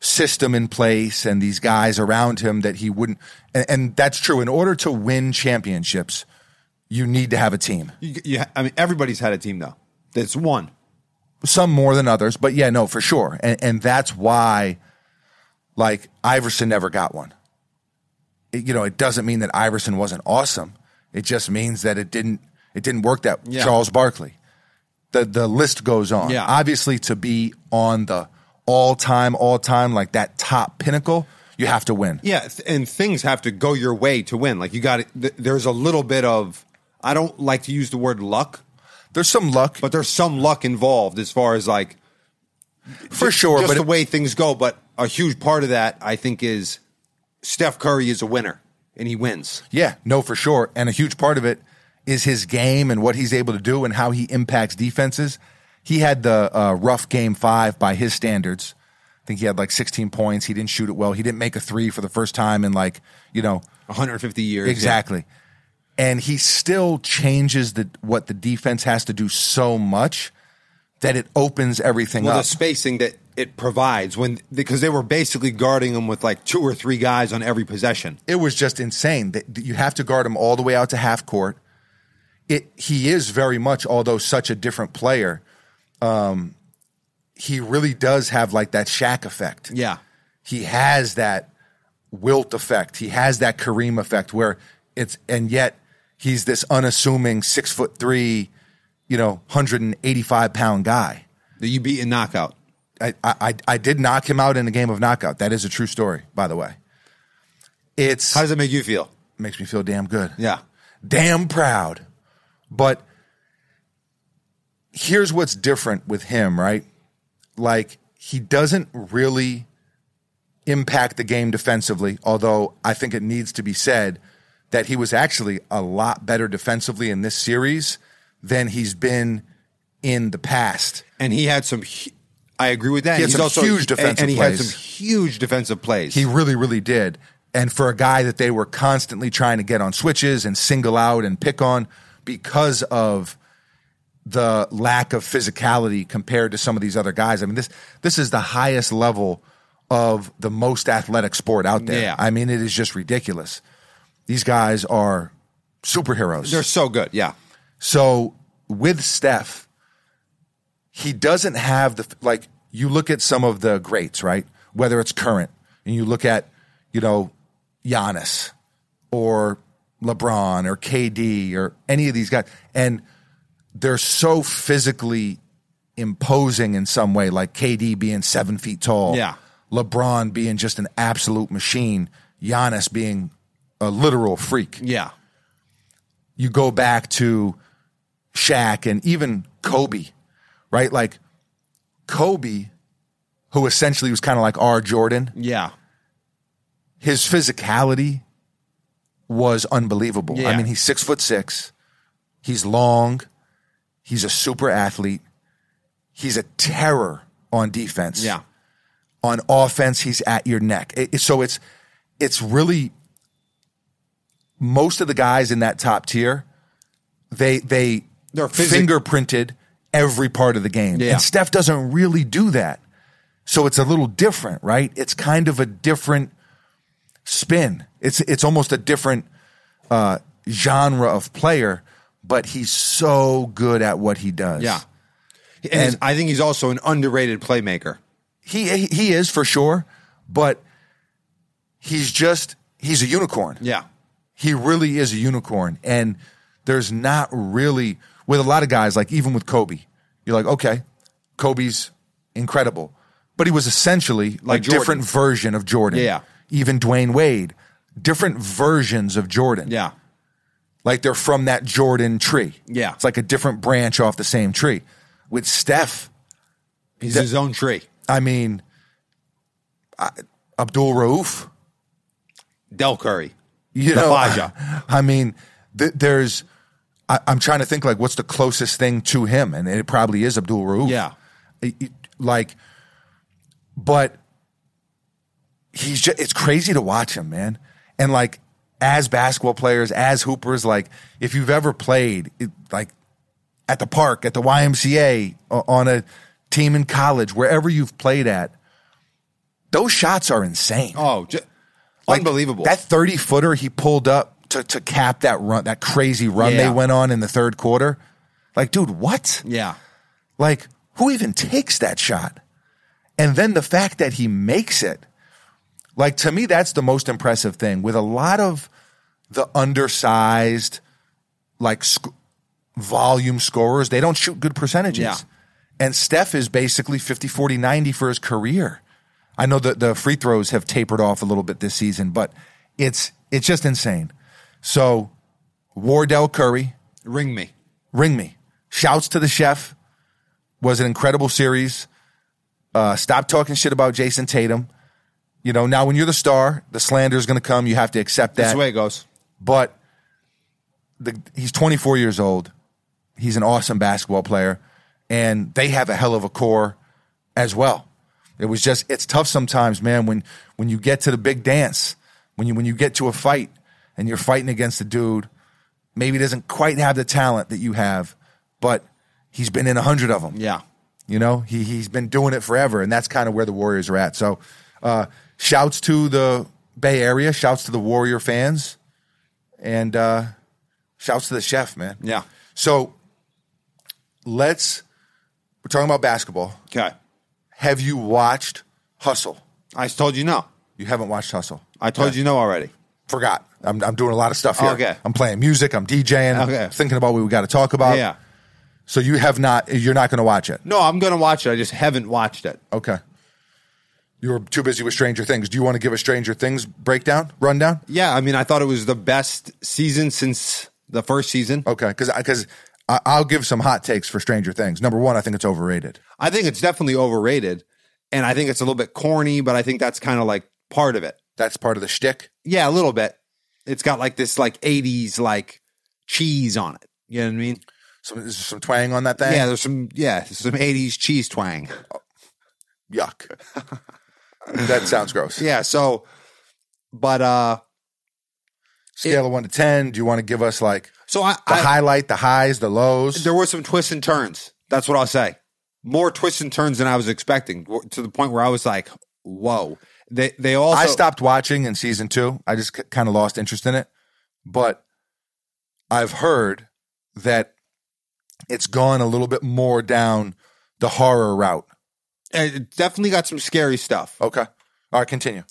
system in place and these guys around him that he wouldn't and, and that's true in order to win championships you need to have a team
You, you, I mean, everybody's had a team though that's won.
some more than others, but yeah, no, for sure. And and that's why like Iverson never got one. It, you know, it doesn't mean that Iverson wasn't awesome. It just means that it didn't it didn't work that
Yeah.
Charles Barkley. The the list goes on.
Yeah.
Obviously to be on the all-time all-time like that top pinnacle, you have to win.
Yeah, th- and things have to go your way to win. Like you got it. Th- there's a little bit of I don't like to use the word luck,
There's some luck
but there's some luck involved as far as like
for sure,
just
but
the
it-
way things go. But a huge part of that, I think, is Steph Curry is a winner and he wins.
Yeah, no, for sure. And a huge part of it is his game and what he's able to do and how he impacts defenses. He had the uh, rough game five by his standards. I think he had like 16 points. He didn't shoot it well. He didn't make a three for the first time in like, you know,
150 years.
exactly. And he still changes the what the defense has to do so much that it opens everything
Yeah. Well, the
up.
spacing that it provides when because they were basically guarding him with like two or three guys on every possession.
it was just insane that that you have to guard him all the way out to half court. It he is very much, although such a different player, um, he really does have like that Shaq effect.
Yeah.
he has that Wilt effect. He has that Kareem effect where it's and yet he's this unassuming six foot three, you know, hundred and eighty five pound guy.
That you beat in knockout.
I, I I did knock him out in a game of knockout. That is a true story, by the way. It's
How does it make you feel?
makes me feel damn good
Yeah.
damn proud. But here's what's different with him, right? Like, he doesn't really impact the game defensively, although I think it needs to be said that he was actually a lot better defensively in this series than he's been in the past.
And he had some. hu- I agree with that.
He had
And
some huge
and-
defensive
and he had
plays.
some huge defensive plays.
He really, really did. And for a guy that they were constantly trying to get on switches and single out and pick on because of the lack of physicality compared to some of these other guys. I mean, this this is the highest level of the most athletic sport out there.
Yeah.
I mean, it is just ridiculous. These guys are superheroes.
They're so good. Yeah.
So with Steph, he doesn't have the like. You look at some of the greats, right? Whether it's current, and you look at you know Giannis or LeBron or KD or any of these guys, and they're so physically imposing in some way, like KD being seven feet tall,
Yeah.
LeBron being just an absolute machine, Giannis being a literal freak
Yeah.
you go back to Shaq and even Kobe, right? Like Kobe, who essentially was kind of like our Jordan,
Yeah.
his physicality was unbelievable.
Yeah.
I mean, he's six foot six, he's long, He's a super athlete. He's a terror on defense.
Yeah.
On offense, he's at your neck. It- it- so it's it's really most of the guys in that top tier. They they
They're physic-
fingerprinted every part of the game,
Yeah.
and Steph doesn't really do that. So it's a little different, right? It's kind of a different spin. It's it's almost a different uh, genre of player, but he's so good at what he does.
Yeah. And, I think he's also an underrated playmaker.
he he- he is for sure, but he's just he's a unicorn.
Yeah.
he really is a unicorn, and there's not really with a lot of guys like even with Kobe, you're like okay, Kobe's incredible, but he was essentially
Like
a
Jordan.
different version of Jordan.
Yeah.
even Dwayne Wade, different versions of Jordan.
Yeah.
Like they're from that Jordan tree.
Yeah.
It's like a different branch off the same tree. With Steph,
He's his own tree.
I mean, I, Abdul Rauf,
Del Curry.
you
The
know,
Faja.
I mean, th- there's, I, I'm trying to think like what's the closest thing to him, and it probably is Abdul Rauf.
Yeah.
It- it- like, but he's just, it's crazy to watch him, man. And like, as basketball players, as hoopers, like, if you've ever played, it, like, at the park, at the YMCA, o- on a team in college, wherever you've played at, those shots are insane.
Oh, ju-
Like,
unbelievable.
That 30 footer he pulled up to, to cap that run, that crazy run
Yeah.
they went on in the third quarter. Like, dude, what?
yeah.
Like, who even takes that shot? And then the fact that he makes it, like, to me, that's the most impressive thing with a lot of the undersized, like, sc- volume scorers, they don't shoot good percentages.
Yeah.
And Steph is basically 50, 40, 90 for his career. I know that the free throws have tapered off a little bit this season, but it's it's just insane. So, Wardell Curry,
Ring me.
Ring Me. Shouts to the chef. Was an incredible series. Uh, stop talking shit about Jason Tatum. You know, now when you're the star, the slander is going to come. You have to accept
That's
that.
the way it goes.
But the, he's 24 years old. He's an awesome basketball player, and they have a hell of a core as well. It was just it's tough sometimes, man. When when you get to the big dance, when you when you get to a fight, and you're fighting against a dude, maybe doesn't quite have the talent that you have, but he's been in a hundred of them.
Yeah.
You know, he he's been doing it forever, and that's kind of where the Warriors are at. So, uh, shouts to the Bay Area, shouts to the Warrior fans, and uh, shouts to the chef, man.
Yeah.
So, let's we're talking about basketball.
Okay.
Have you watched Hustle?
I told you no.
You haven't watched Hustle.
I told you no already.
Forgot. I'm, I'm doing a lot of stuff here.
Okay.
I'm playing music. I'm DJing.
Okay.
Thinking about what we got to talk about.
yeah.
So you have not. You're not going to watch it.
Uh, No, I'm going to watch it. I just haven't watched it.
Okay. You were too busy with Stranger Things. Do you want to give a Stranger Things breakdown, rundown?
Yeah, I mean, I thought it was the best season since the first season.
Okay, because because I'll give some hot takes for Stranger Things. Number one, I think it's overrated.
I think it's definitely overrated, and I think it's a little bit corny, but I think that's kind of like part of it.
That's part of the shtick.
Yeah, a little bit. It's got like this like '80s like cheese on it. You know what I mean?
Some there's some twang on that thing.
Yeah, there's some yeah some '80s cheese twang.
Yuck. that sounds gross.
Yeah, so but uh,
Scale of one to ten. Do you want to give us like
so I,
the
I
highlight, the highs, the lows?
there were some twists and turns. That's what I'll say. More twists and turns than I was expecting, w- to the point where I was like, "Whoa!" They they also
I stopped watching in season two. I just kind of lost interest in it. But I've heard that it's gone a little bit more down the horror route.
it uh, definitely got some scary stuff.
Okay. All right, continue.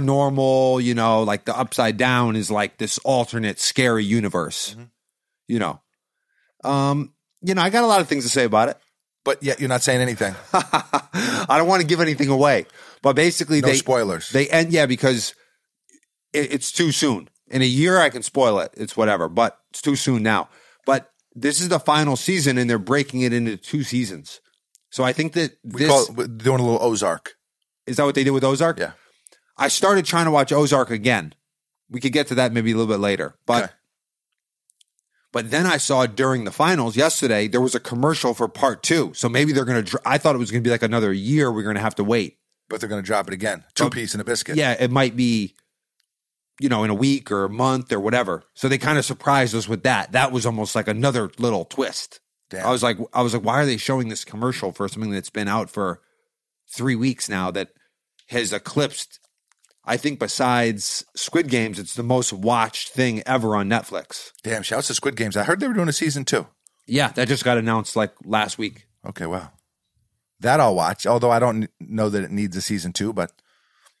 Paranormal, you know, like the upside down is like this alternate scary universe.
Mm-hmm.
You know. Um, you know, I got a lot of things to say about it.
But yet you're not saying anything.
I don't want to give anything away. But basically
No
they
spoilers.
they end yeah, because it, it's too soon. In a year I can spoil it. It's whatever, but it's too soon now. But this is the final season and they're breaking it into two seasons. So I think that
we
this
call we're doing a little Ozark.
is that what they did with Ozark?
Yeah.
I started trying to watch Ozark again. We could get to that maybe a little bit later, but
Okay.
But then I saw during the finals yesterday there was a commercial for part two. So maybe they're gonna. Dr- I thought it was gonna be like another year. We're gonna have to wait.
but they're going to drop it again. Two piece and a biscuit.
Yeah, it might be, you know, in a week or a month or whatever. So they kind of surprised us with that. That was almost like another little twist.
Damn.
I was like, I was like, why are they showing this commercial for something that's been out for three weeks now that has eclipsed? I think besides Squid Games, it's the most watched thing ever on Netflix.
Damn, shouts to Squid Games. I heard they were doing a season two.
Yeah, that just got announced like last week.
Okay, wow. That I'll watch, although I don't kn- know that it needs a season two, but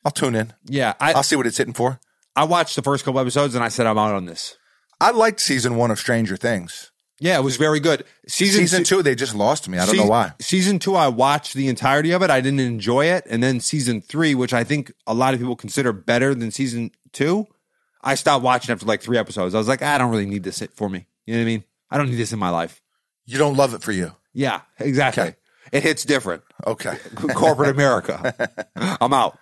I'll tune in.
Yeah, I
I'll see what it's hitting for.
I watched the first couple episodes and I said I'm out on this.
I liked season one of Stranger Things.
Yeah, it was very good. Season
Season
two.
two, they just lost me. I don't know
Sea-
why.
Season two, I watched the entirety of it. I didn't enjoy it. And then season three, which I think a lot of people consider better than season two, I stopped watching after like three episodes. I was like, "Ah, I don't really need this for me. You know what I mean? I don't need this in my life.
You don't love it for you.
Yeah, exactly.
Okay.
It hits different.
Okay.
Corporate America. I'm out.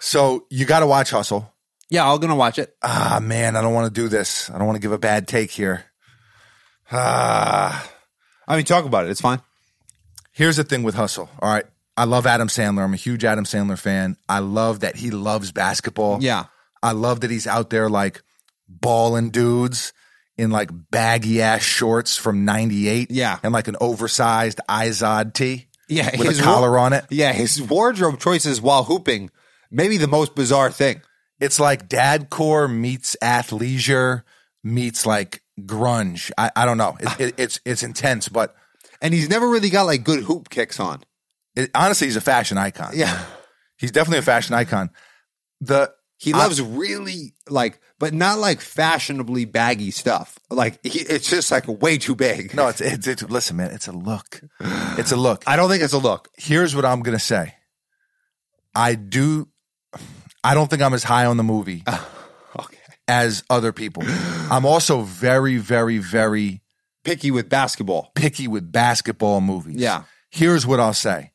So you got to watch Hustle.
Yeah, I'm going to watch it.
Ah, man, I don't want to do this. I don't want to give a bad take here. Ah.
I mean, talk about it. It's fine.
Here's the thing with Hustle. All right. I love Adam Sandler. I'm a huge Adam Sandler fan. I love that he loves basketball.
Yeah.
I love that he's out there like balling dudes in like baggy ass shorts from 98.
Yeah.
And like an oversized Izod tee.
Yeah,
With
his
a collar
wa-
on it.
Yeah, his wardrobe choices while hooping, maybe the most bizarre thing.
It's like dad core meets athleisure meets like grunge. I, I don't know. It, it, it's, it's intense, but
And he's never really got like good hoop kicks on.
it, honestly, he's a fashion icon.
Yeah.
He's definitely a fashion icon. The,
He loves really like, but not like fashionably baggy stuff. Like he, it's just like way too big.
no, it's, it's, it's, listen, man, it's a look. It's a look.
I don't think it's a look.
here's what I'm gonna say. I do. I don't think I'm as high on the movie
Okay,
as other people. I'm also very, very, very
picky with basketball.
picky with basketball movies.
Yeah.
Here's what I'll say.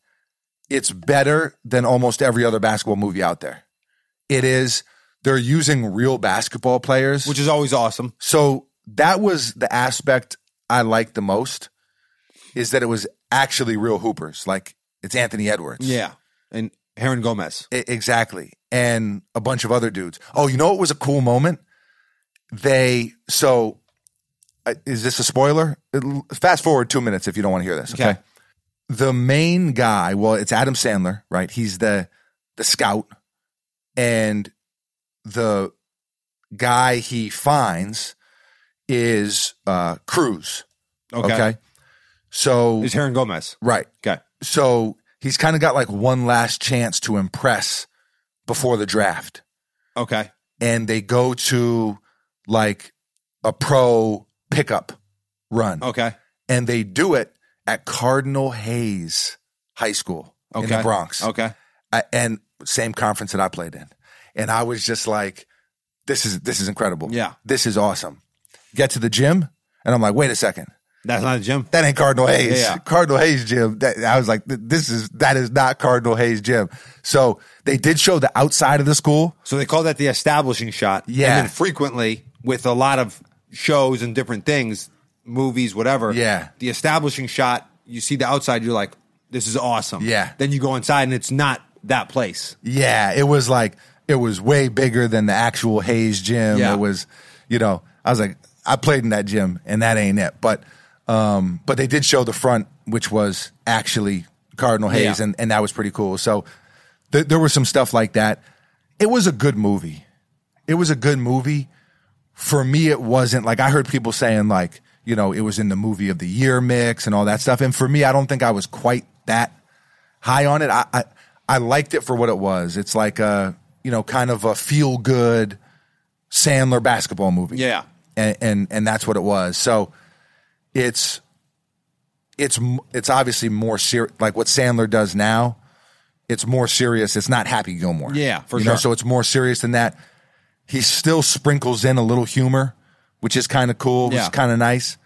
It's better than almost every other basketball movie out there. It is. They're using real basketball players,
Which is always awesome.
so that was the aspect I liked the most. Is that it was actually real hoopers? Like it's Anthony Edwards.
Yeah, and Heron Gomez.
I- exactly. And a bunch of other dudes. Oh, you know what was a cool moment? They, so uh, is this a spoiler? It'll- Fast forward two minutes if you don't want to hear this. Okay.
Okay.
The main guy, well, it's Adam Sandler, right? He's the, the scout and the guy he finds is uh Cruz.
Okay,
Okay. So,
it's Heron Gomez.
right
Okay,
so he's kind of got like one last chance to impress before the draft
okay,
and they go to like a pro pickup run
okay,
and they do it at cardinal hayes high school
okay.
in the bronx
Okay,
I, and same conference that i played in and i was just like this is this is incredible
Yeah.
this is awesome get to the gym and i'm like wait a second
that's not a gym.
that ain't Cardinal Hayes.
Yeah.
Cardinal Hayes gym. That, I was like, th- this is that is not Cardinal Hayes gym. So they did show the outside of the school.
So they call that the establishing shot.
Yeah.
and then frequently with a lot of shows and different things, movies, whatever.
Yeah.
the establishing shot. You see the outside. You're like, this is awesome.
Yeah.
Then you go inside and it's not that place.
Yeah, it was like it was way bigger than the actual Hayes gym.
Yeah.
It was, you know, I was like, I played in that gym, and that ain't it. But, um, but they did show the front, which was actually Cardinal Hayes,
Yeah.
and and that was pretty cool. So th- there was some stuff like that. It was a good movie. It was a good movie. For me, it wasn't like I heard people saying like, you know, it was in the movie of the year mix and all that stuff. And for me, I don't think I was quite that high on it. I, I I liked it for what it was. It's like a you know kind of a feel good Sandler basketball movie.
Yeah.
and, and and that's what it was. So it's it's m- it's obviously more serious. Like what Sandler does now, it's more serious. It's not Happy Gilmore.
Yeah, for
you Know?
sure.
So it's more serious than that. He still sprinkles in a little humor, which is kind of cool. Which
Yeah.
is kind of nice.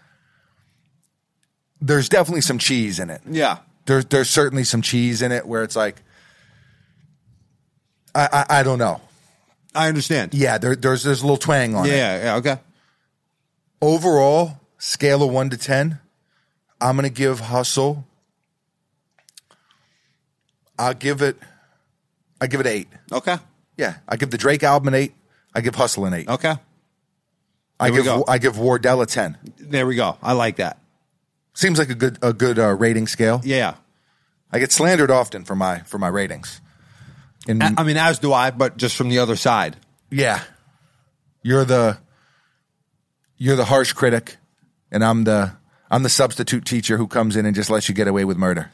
There's definitely some cheese in it
Yeah.
there's there's certainly some cheese in it where it's like I I, I don't know.
I understand.
Yeah, there, there's there's a little twang on it.
Yeah, yeah, okay.
Overall, scale of one to 10, I'm going to give Hustle, I'll give it, I give it eight.
Okay.
Yeah. I give the Drake album an eight. I give Hustle an eight.
Okay.
I
here we
give,
go.
I give Wardell a 10.
There we go. I like that.
Seems like a good, a good uh, rating scale.
Yeah.
I get slandered often for my, for my ratings. And
I I mean, as do I, but just from the other side.
yeah, you're the, you're the harsh critic and I'm the, I'm the substitute teacher who comes in and just lets you get away with murder.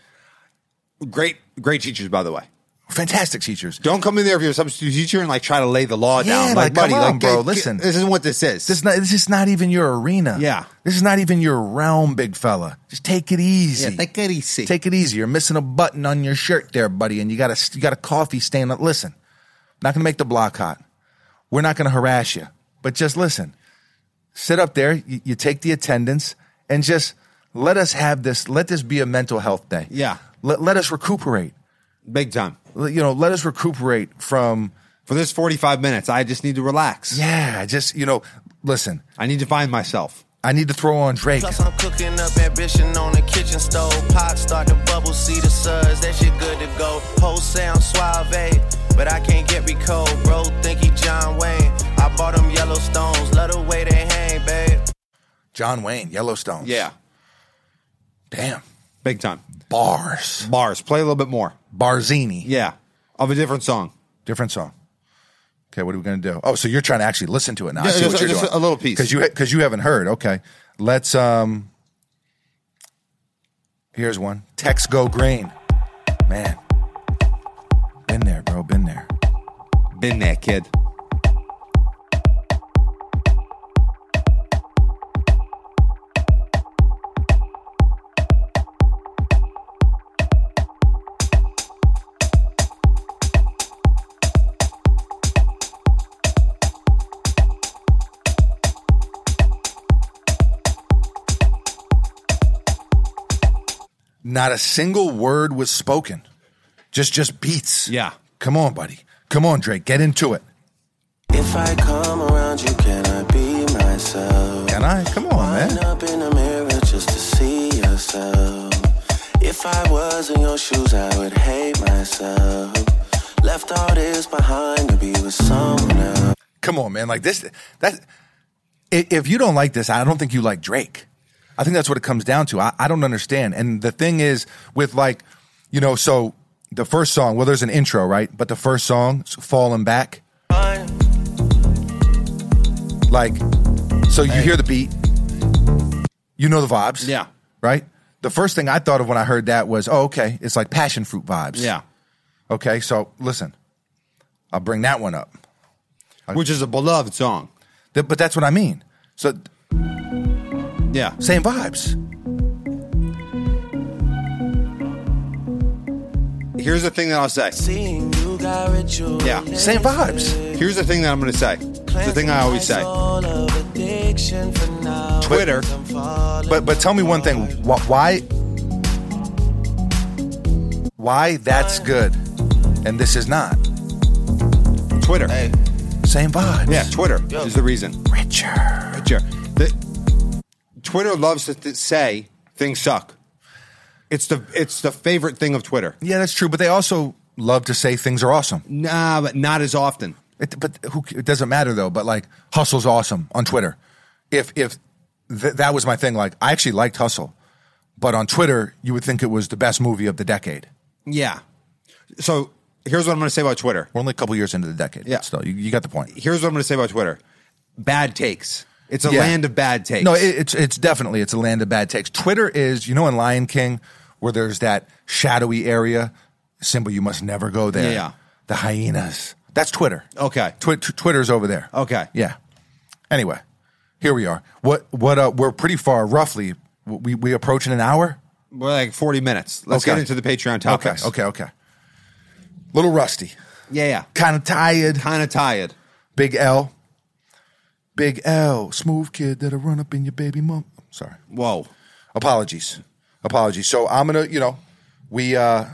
Great, great teachers, by the way.
Fantastic teachers.
Don't come in there if you're a substitute teacher and like try to lay the law
Yeah,
down.
like, come
Like, buddy,
on,
like,
bro,
get- get-
listen.
this isn't what this is.
This is not. This is not even your arena.
Yeah.
This is not even your realm, big fella. Just take it easy.
Yeah, take it easy.
Take it easy. You're missing a button on your shirt, there, buddy, and you got a you got a coffee stain. on- Listen, not gonna make the block hot. We're not gonna harass you, but just listen. Sit up there. You, you take the attendance and just let us have this. Let this be a mental health day.
Yeah.
Let let us recuperate.
Big time.
Let- You know, let us recuperate from.
For this 45 minutes, I just need to relax.
Yeah, just you know. Listen,
I need to find myself.
I need to throw on Drake.
Plus, I'm cooking up ambition on the kitchen stove. Pot start to bubble, see the suds, that shit good to go. Whole sound suave, but I can't get me cold. Bro, think he John Wayne. I bought him Yellowstones, love the way they hang, babe.
John Wayne, Yellowstone. Damn.
Big time.
Bars.
Bars. Play a little bit more.
Barzini.
Yeah. Of a different song.
Different song. Okay, what are we going to do? Oh, so you're trying to actually listen to it now. I
Yeah,
see
just-
what you're
just
doing.
a little piece.
Cuz you cuz you haven't heard. Okay. Let's um Here's one. Tex go green. Man. Been there, bro. Been there.
Been there, kid.
Not a single word was spoken. Just just beats.
Yeah.
Come on, buddy. Come on, Drake. Get into it.
If I come around you, can I be myself?
Can I? Come on,
Line
man.
up in the mirror just to see yourself. If I was in your shoes, I would hate myself. Left all this behind to be with someone else.
Come on, man. Like this that i- if you don't like this, I don't think you like Drake. I think that's what it comes down to. I, I don't understand. And the thing is, with like, you know, so the first song, well, there's an intro, right? But the first song, Falling Back,
Fun.
like, so you hear the beat, you know the vibes.
Yeah.
Right? The first thing I thought of when I heard that was, oh, okay, it's like passion fruit vibes.
Yeah.
Okay, so listen, I'll bring that one up.
Which is a beloved song.
Th- But that's what I mean. So
Yeah.
Same vibes.
Here's the thing that I'll say.
Seeing you got ritual.
Yeah.
Same vibes.
Here's the thing that I'm going to say. It's the thing I always say. Twitter.
But but tell me one thing. Wh- Why? Why that's good, and this is not.
Twitter.
Same vibes.
Yeah, Twitter is the reason.
richer.
Sure. The, Twitter loves to th- say things suck. It's the it's the favorite thing of Twitter.
Yeah, that's true. But they also love to say things are awesome.
Nah, but not as often.
It, but who? c- It doesn't matter though. But like, hustle's awesome on Twitter. If if th- that was my thing, like I actually liked Hustle, but on Twitter you would think it was the best movie of the decade.
Yeah. So here's what I'm going to say about Twitter.
We're only a couple years into the decade.
Yeah.
still, you, you got the point.
Here's what I'm going to say about Twitter. Bad takes. It's a
Yeah.
land of bad takes.
No, it, it's it's definitely it's a land of bad takes. Twitter is, you know, in Lion King where there's that shadowy area. Simba, you must never go there.
Yeah.
the hyenas. That's Twitter.
Okay.
Twi- t- Twitter's over there.
Okay.
yeah. Anyway, here we are. What what? Uh, we're pretty far, roughly. We we approaching an hour.
We're like 40 minutes. Let's
Okay.
get into the Patreon topics.
Okay, okay, okay. Little rusty,
Yeah, yeah.
kind of tired.
Kind of tired.
Big L. Big L, smooth kid that'll run up in your baby mom. Sorry.
Whoa.
apologies apologies so i'm gonna you know we uh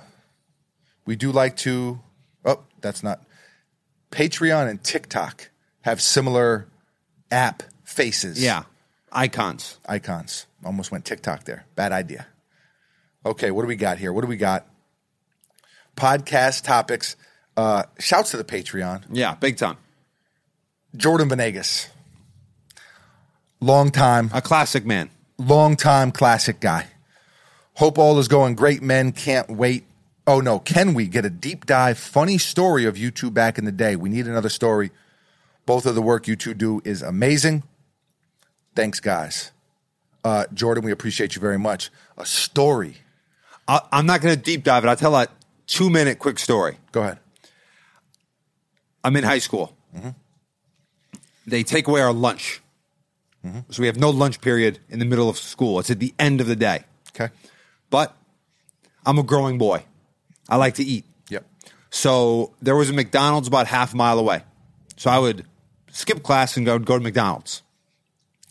we do like to oh that's not patreon and tiktok have similar app faces
Yeah. Icons.
Icons. Almost went TikTok there. Bad idea. Okay, what do we got here? What do we got? Podcast topics. Uh, shouts to the Patreon.
Yeah, big time.
Jordan Venegas. Long time,
A classic man.
long time classic guy. Hope all is going great, men. Can't wait. Oh no, can we get a deep dive, funny story of you two back in the day? We need another story. Both of the work you two do is amazing. Thanks, guys. Uh, Jordan, we appreciate you very much. A story.
I, I'm not going to deep dive it. I'll tell a two minute quick story.
Go ahead.
I'm in high school. They take away our lunch. So we have no lunch period in the middle of school. It's at the end of the day.
Okay.
But I'm a growing boy. I like to eat.
Yep.
So there was a McDonald's about half a mile away. So I would skip class and go, go to McDonald's.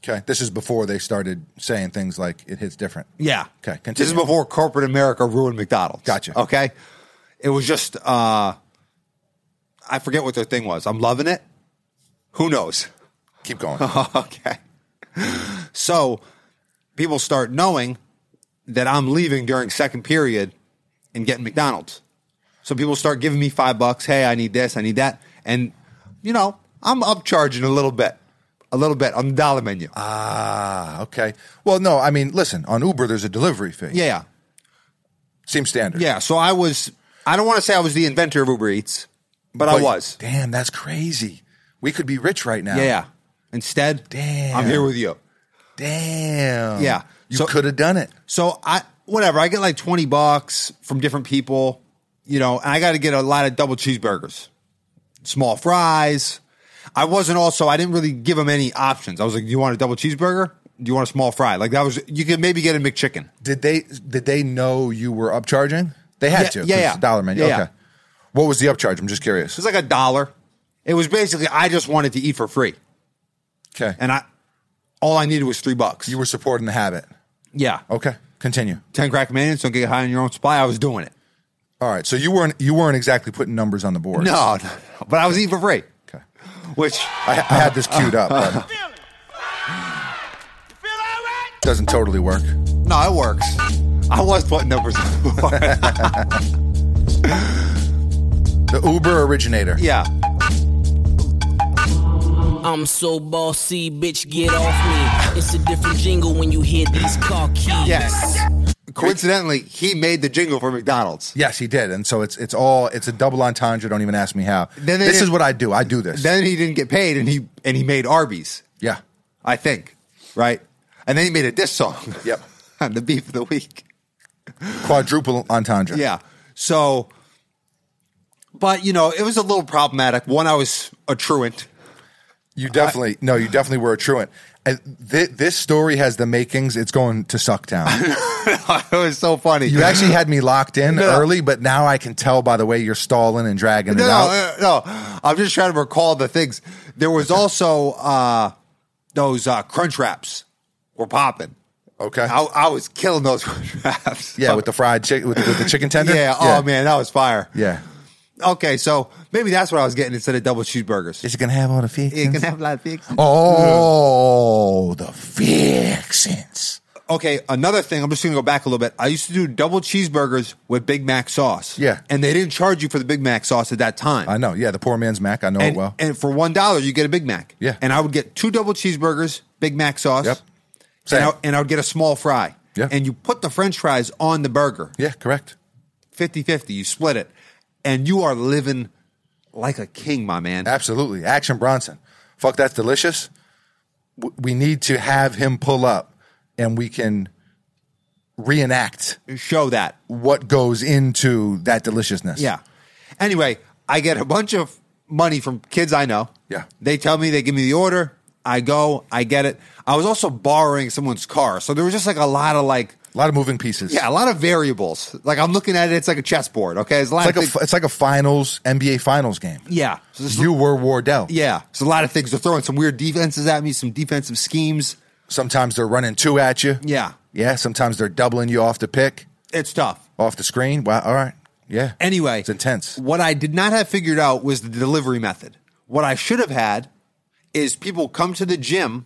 Okay. This is before they started saying things like it hits different.
Yeah.
Okay, continue.
This is before corporate America ruined McDonald's.
Gotcha.
Okay. It was just, uh, I forget what their thing was. I'm loving it. Who knows?
Keep going. Uh,
okay. So people start knowing that I'm leaving during second period and getting McDonald's. So people start giving me five bucks. Hey, I need this. I need that. And, you know, I'm upcharging a little bit, a little bit on the dollar menu.
Ah, okay. Well, no, I mean, listen, on Uber, there's a delivery fee.
yeah, yeah.
Seems standard.
Yeah, so I was I don't want to say I was the inventor of Uber Eats, but, I
But-
was.
Damn, that's crazy. We could be rich right now.
Yeah, yeah. Instead,
Damn.
I'm here with you.
Damn.
Yeah.
You
So-
could have done it.
So I whatever, I get like 20 bucks from different people, you know, and I got to get a lot of double cheeseburgers. Small fries. I wasn't also I didn't really give them any options. I was like, "Do you want a double cheeseburger? Do you want a small fry?" Like that was you could maybe get a McChicken.
Did they did they know you were upcharging? They had
Yeah,
to.
yeah,
'cause it's
yeah.
a dollar menu.
Yeah,
okay.
yeah.
What was the upcharge? I'm just
It
curious.
was like a dollar. It was basically I just wanted to eat for free.
Okay.
And I all I needed was 3 bucks.
you were supporting the habit.
yeah.
Okay. Continue.
10 crack millions, don't get high on your own supply. I was doing it.
All right. So you weren't you weren't exactly putting numbers on the board.
No, no, no. but I was eating for free,
Okay.
which
I, I had this queued up, but
feeling? You feel all right?
it doesn't totally work.
no, it works. I was putting numbers on the board.
The Uber originator.
yeah.
I'm so bossy, bitch, get off me. It's a different jingle when you hear these car keys.
Yes. Coincidentally, he made the jingle for McDonald's.
Yes, he did, and so it's it's all it's a double entendre. Don't even ask me how.
Then they
this is
didn't-
what I do. I do this.
Then he didn't get paid and he and he made Arby's,
yeah.
I think. Right? And then he made a diss song.
Yep.
on the beef of the week.
Quadruple entendre.
Yeah. So but you know, it was a little problematic. One, I was a truant.
You definitely no. You definitely were a truant. And thi- this story has the makings. It's going to suck town.
it was so funny.
You actually had me locked in
No.
early, but now I can tell by the way you're stalling and dragging
No,
it out.
no, no. I'm just trying to recall the things. There was also uh, those uh, crunch wraps were popping.
Okay.
I, I was killing those crunch wraps.
yeah, with the fried chicken, with, the- with the chicken tender.
yeah. Oh man, that was fire.
Yeah.
Okay, so maybe that's what I was getting instead of double cheeseburgers.
Is it gonna have all the fixings?
It can have a lot of fix.
oh, the fixings.
Okay, another thing. I'm just going to go back a little bit. I used to do double cheeseburgers with Big Mac sauce.
Yeah.
and they didn't charge you for the Big Mac sauce at that time.
I know. Yeah, the poor man's mac. I know
and,
it well.
and for one dollar, you get a Big Mac.
Yeah.
and I would get two double cheeseburgers, Big Mac sauce.
Yep. Same.
And I, and I would get a small fry.
Yeah.
and you put the French fries on the burger.
yeah, correct.
50-50, You split it, and you are living like a king, my man.
Absolutely. Action Bronson. Fuck, that's delicious. W- We need to have him pull up and we can reenact
Show that.
what goes into that deliciousness.
Yeah. Anyway, I get a bunch of money from kids I know.
Yeah.
They tell me, they give me the order. I go, I get it. I was also borrowing someone's car. So there was just like a lot of like,
A lot of moving pieces.
yeah, a lot of variables. Like I'm looking at it, it's like a chessboard. Okay. It's a lot
It's like,
of
a,
things-
f- it's like a finals, NBA finals game.
yeah. So there's-
You were Wardell.
yeah. It's a lot of things. They're throwing some weird defenses at me, some defensive schemes.
Sometimes they're running two at you.
Yeah.
Yeah. Sometimes they're doubling you off the pick,
It's tough.
off the screen. Wow. All right. Yeah.
Anyway,
It's intense.
What I did not have figured out was the delivery method. What I should have had is people come to the gym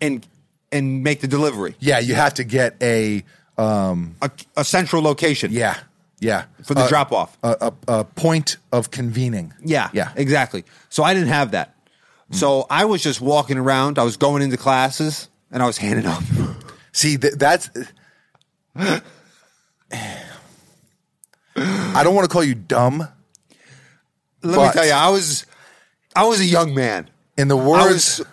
and and make the delivery.
Yeah, you have to get a um,
A, a central location.
yeah, yeah
For the
Uh,
drop off.
a, a, a point of convening.
Yeah,
yeah, Hmm.
exactly. So I didn't have that. So I was just walking around. I was going into classes and I was handing up.
See, th- that's. I don't want to call you dumb.
Let me
But-
tell you, I was, I was a young man.
In the
I
words,
was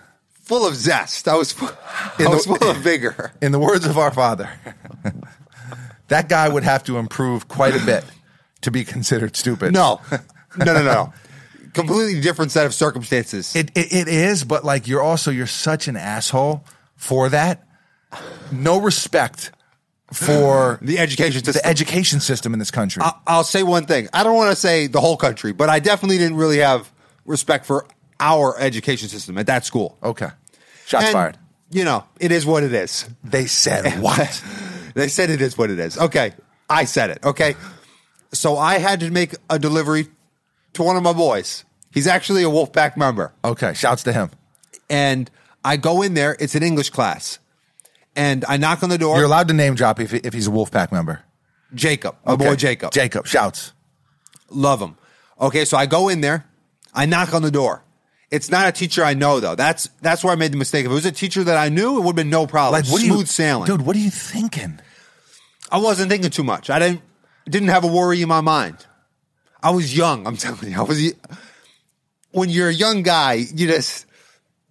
full of zest. I was, fu- I
In
was
the-
full of vigor.
in the words of our father, that guy would have to improve quite a bit to be considered stupid.
No, no, no, no. Completely different set of circumstances.
It, it it is, but like you're also you're such an asshole for that. No respect for
the education system.
the education system in this country.
I- I'll say one thing. I don't want to say the whole country, but I definitely didn't really have respect for our education system at that school.
okay, shots
And,
fired.
You know, it is what it is.
They said what?
they said it is what it is. Okay. I said it. Okay. So I had to make a delivery to one of my boys. He's actually a Wolfpack member.
okay, shouts to him.
And I go in there, it's an English class. And I knock on the door.
You're allowed to name drop if if he's a Wolfpack member.
Jacob, my
Okay.
boy Jacob.
Jacob shouts.
Love him. Okay, so I go in there, I knock on the door. It's not a teacher I know though. That's that's where I made the mistake. If it was a teacher that I knew, it would have been no problem.
Like what are
smooth
you,
sailing.
dude? What are you thinking?
I wasn't thinking too much. I didn't didn't have a worry in my mind. I was young. I'm telling you, I was. When you're a young guy, you just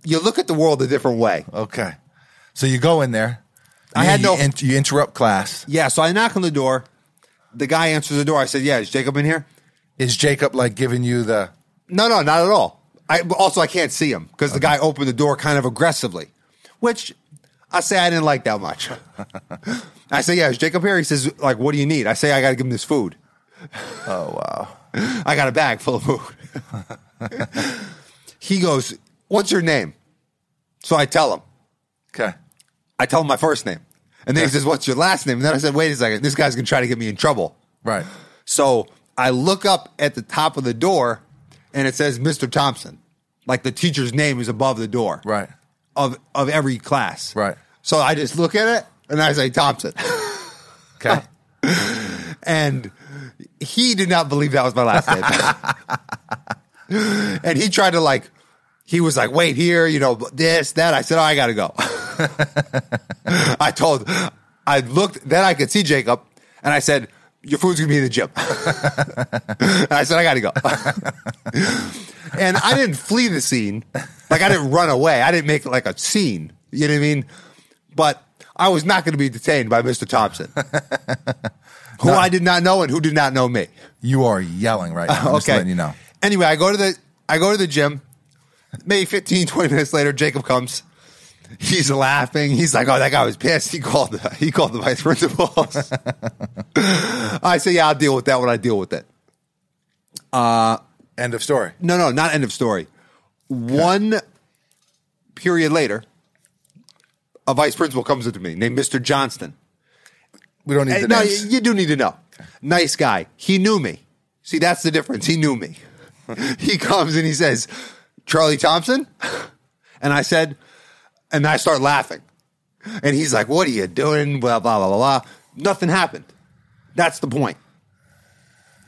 you look at the world a different way.
Okay, so you go in there.
I
You-
had no-
You, in- you interrupt class.
Yeah. So I knock on the door. The guy answers the door. I said, "Yeah, is Jacob in here?"
Is Jacob like giving you the?
No, no, not at all. I but also I can't see him because the guy opened the door kind of aggressively, which I say I didn't like that much. I say, "Yeah, is Jacob here?" He says, "Like, what do you need?" I say, "I got to give him this food."
Oh wow.
I got a bag full of food. he goes, What's your name? So I tell him.
Okay.
I tell him my first name. And then he says, What's your last name? And then I said, Wait a second, this guy's gonna try to get me in trouble.
Right.
So I look up at the top of the door and it says Mr. Thompson. Like the teacher's name is above the door.
Right.
Of of every class.
Right.
So I just look at it and I say Thompson.
Okay.
and he did not believe that was my last name. and he tried to like, he was like, wait here, you know, this, that. I said, oh, I gotta go. I told, I looked, then I could see Jacob, and I said, your food's gonna be in the gym. and I said, I gotta go. and I didn't flee the scene. Like, I didn't run away. I didn't make like a scene. You know what I mean? But I was not gonna be detained by Mr. Thompson who I did not know and who did not know me.
you are yelling right now. I'm just
okay.
letting you know.
Anyway, I go to the I go to the gym. Maybe 15, 20 minutes later, Jacob comes. He's laughing. He's like, "Oh, that guy was pissed. He called. The, he called the vice principals." I say, "Yeah, I'll deal with that when I deal with it."
End of story.
No, no, not end of story. One period later, a vice principal comes up to me named Mr. Johnston.
We don't need
Hey,
the
no,
names.
you, you do need to know. Nice guy. He knew me. See, that's the difference. He knew me. he comes and he says, Charlie Thompson? And I said, and I start laughing. And he's like, What are you doing? Blah, blah, blah, blah, blah. Nothing happened. That's the point.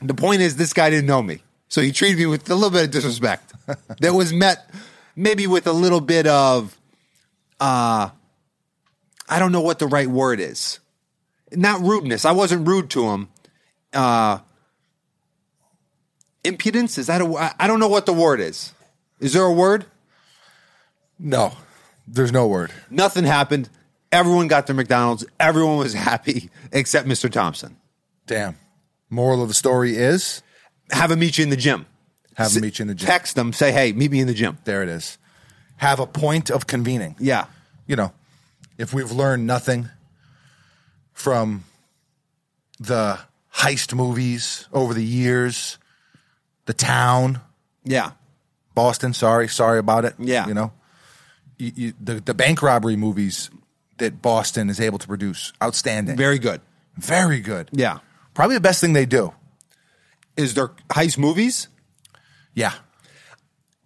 The point is, this guy didn't know me. So he treated me with a little bit of disrespect that was met maybe with a little bit of, uh, I don't know what the right word is not rudeness. I wasn't rude to him. Uh, impudence is that a? wo- I I don't know what the word is. Is there a word?
no, there's no word.
Nothing happened. Everyone got their McDonald's. Everyone was happy except Mr. Thompson.
Damn. Moral of the story is
Have him meet you in the gim.
have him meet you in the gym.
Text them. Say, hey, meet me in the gym.
There it is. Have a point of convening.
Yeah.
You know, if we've learned nothing from the heist movies over the years, the town,
Yeah.
Boston, sorry, sorry about it.
Yeah.
You know, you, you, the, the bank robbery movies that Boston is able to produce, outstanding.
Very good.
Very good.
Yeah.
Probably the best thing they do.
Is there heist movies?
Yeah.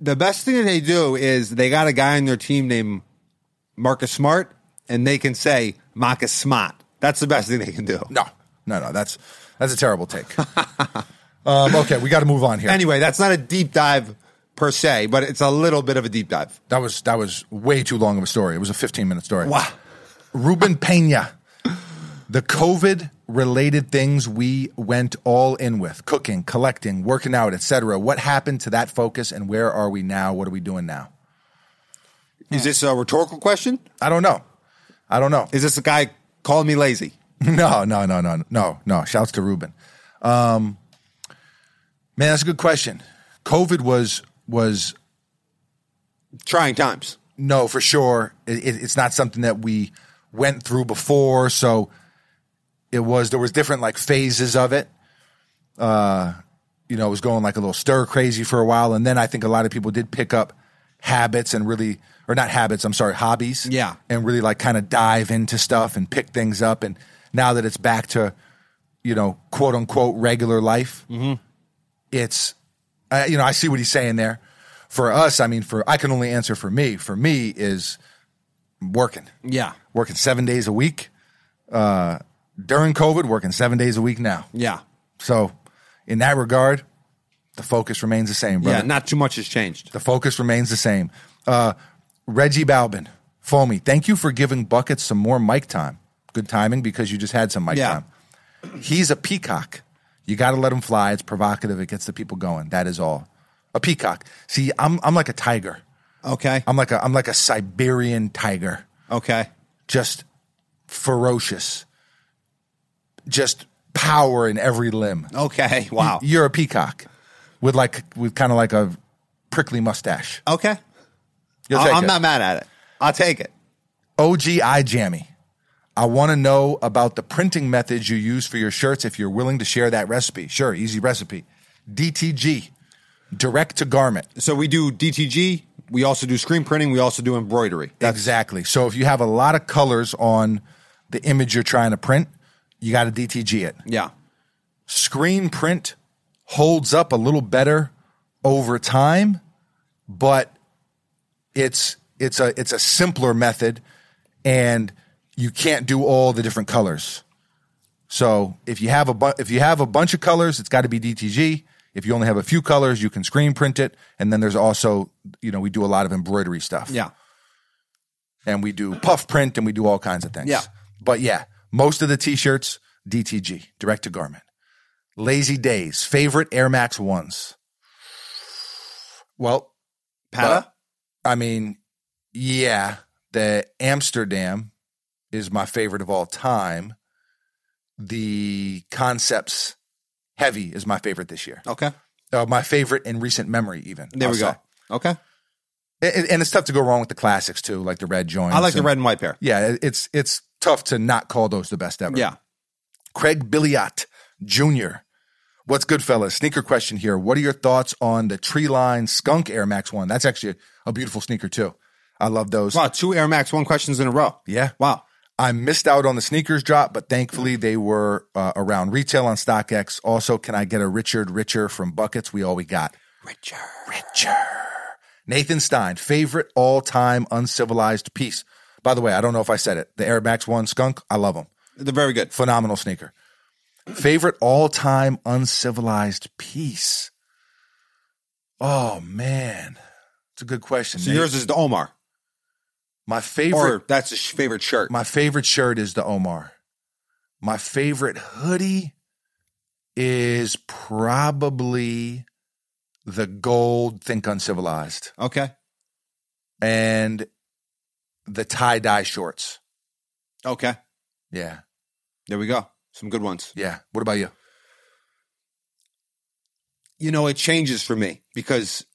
The best thing that they do is they got a guy on their team named Marcus Smart, and they can say Mock is smart. That's the best thing they can do.
No, no, no. That's that's a terrible take. um, okay, we got to move on here.
Anyway, that's not a deep dive per se, but it's a little bit of a deep dive.
that was that was way too long of a story. It was a 15 minute story.
Wow.
Ruben Pena, the COVID related things we went all in with cooking, collecting, working out, etc. What happened to that focus, and where are we now? What are we doing now?
Is this a rhetorical question?
I don't know. I don't know.
Is this a guy calling me lazy?
No, no, no, no, no, no. Shouts to Ruben. Um, man, that's a good question. COVID was was
Trying times.
no for sure. It, it, it's not something that we went through before, so it was there was different like phases of it. Uh, you know, it was going like a little stir crazy for a while, and then I think a lot of people did pick up habits and really or not habits. I'm sorry, hobbies.
Yeah.
and really like kind of dive into stuff and pick things up. And now that it's back to you know quote unquote regular life, it's I you know I see what he's saying there. For us, I mean, for I can only answer for me. For me is working,
Yeah.
working seven days a week. Uh, during COVID, working seven days a week now.
Yeah.
So, in that regard, the focus remains the same, brother.
Yeah. Not too much has changed.
The focus remains the same. Uh, Reggie Balbin, Foamy, thank you for giving Buckets some more mic time. Good timing because you just had some mic
Yeah.
time. He's a peacock. You got to let him fly. It's provocative. It gets the people going. That is all. A peacock. See, I'm I'm like a tiger.
Okay.
I'm like a I'm like a Siberian tiger.
Okay.
Just ferocious. Just power in every limb.
Okay. Wow.
You're a peacock with like with kind of like a prickly mustache.
Okay.
You'll
I-
take
I'm
it.
not mad at it. I'll take it.
OGI Jammy. I want to know about the printing methods you use for your shirts if you're willing to share that recipe. Sure, easy recipe. DTG, direct to garment.
So we do DTG. We also do screen printing. We also do embroidery.
exactly. So if you have a lot of colors on the image you're trying to print, you got to DTG it.
Yeah.
Screen print holds up a little better over time, but it's it's a it's a simpler method and you can't do all the different colors. So if you have a bu- if you have a bunch of colors, it's got to be DTG. If you only have a few colors, you can screen print it, and then there's also you know we do a lot of embroidery stuff.
Yeah.
and we do puff print and we do all kinds of things.
Yeah.
but yeah, most of the t-shirts DTG direct to garment. Lazy days, favorite Air Max ones. Well,
Pata.
I mean, yeah, the Amsterdam is my favorite of all time. The concepts heavy is my favorite this year.
okay.
Uh, my favorite in recent memory, even.
There
I'll
we go.
say.
Okay.
And, and it's tough to go wrong with the classics too, like the red joints.
I like the
and-
red and white pair.
Yeah, it- it's it's tough to not call those the best ever.
Yeah.
Craig Billiot Jr. What's good, fellas? Sneaker question here. What are your thoughts on the Tree Line Skunk Air Max One? That's actually a, a beautiful sneaker too. I love those.
Wow. Two Air Max One questions in a row.
Yeah.
Wow.
I missed out on the sneakers drop, but thankfully they were uh, around retail on StockX. Also, can I get a Richard Richer from Buckets? We all we got. Richer. Richer. Nathan Stein, favorite all time uncivilized piece. By the way, I don't know if I said it. The Air Max One Skunk, I love them.
They're very good.
Phenomenal sneaker. Favorite all time uncivilized piece. Oh, man. It's a good question.
So
Nate.
yours is the Omar,
my favorite.
or that's his favorite shirt.
My favorite shirt is the Omar. My favorite hoodie is probably the gold Think Uncivilized
okay.
and the tie dye shorts.
Okay.
Yeah.
There we go. Some good ones.
Yeah. What about you?
You know, it changes for me because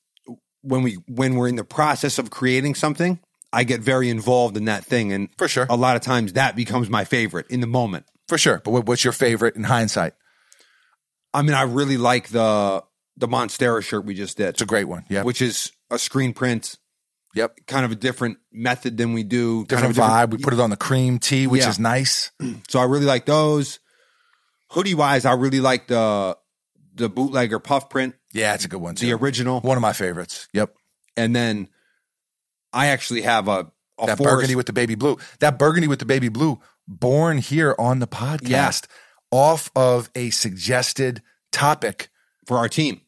when we when we're in the process of creating something, I get very involved in that thing, and
For sure.
a lot of times that becomes my favorite in the moment.
For sure. But what- what's your favorite in hindsight?
I mean, I really like the the Monstera shirt we just did,
It's a great one. Yeah.
which is a screen print,
Yep.
kind of a different method than we do. kind
Different
of a
vibe. We put it on the cream tea, which
Yeah.
is nice.
So I really like those. Hoodie wise, I really like the the bootlegger puff print,
Yeah, it's a good one too.
the original,
one of my favorites. Yep.
and then I actually have a a
that
force.
burgundy with the baby blue. That burgundy with the baby blue, born here on the podcast off of a suggested topic
for our team.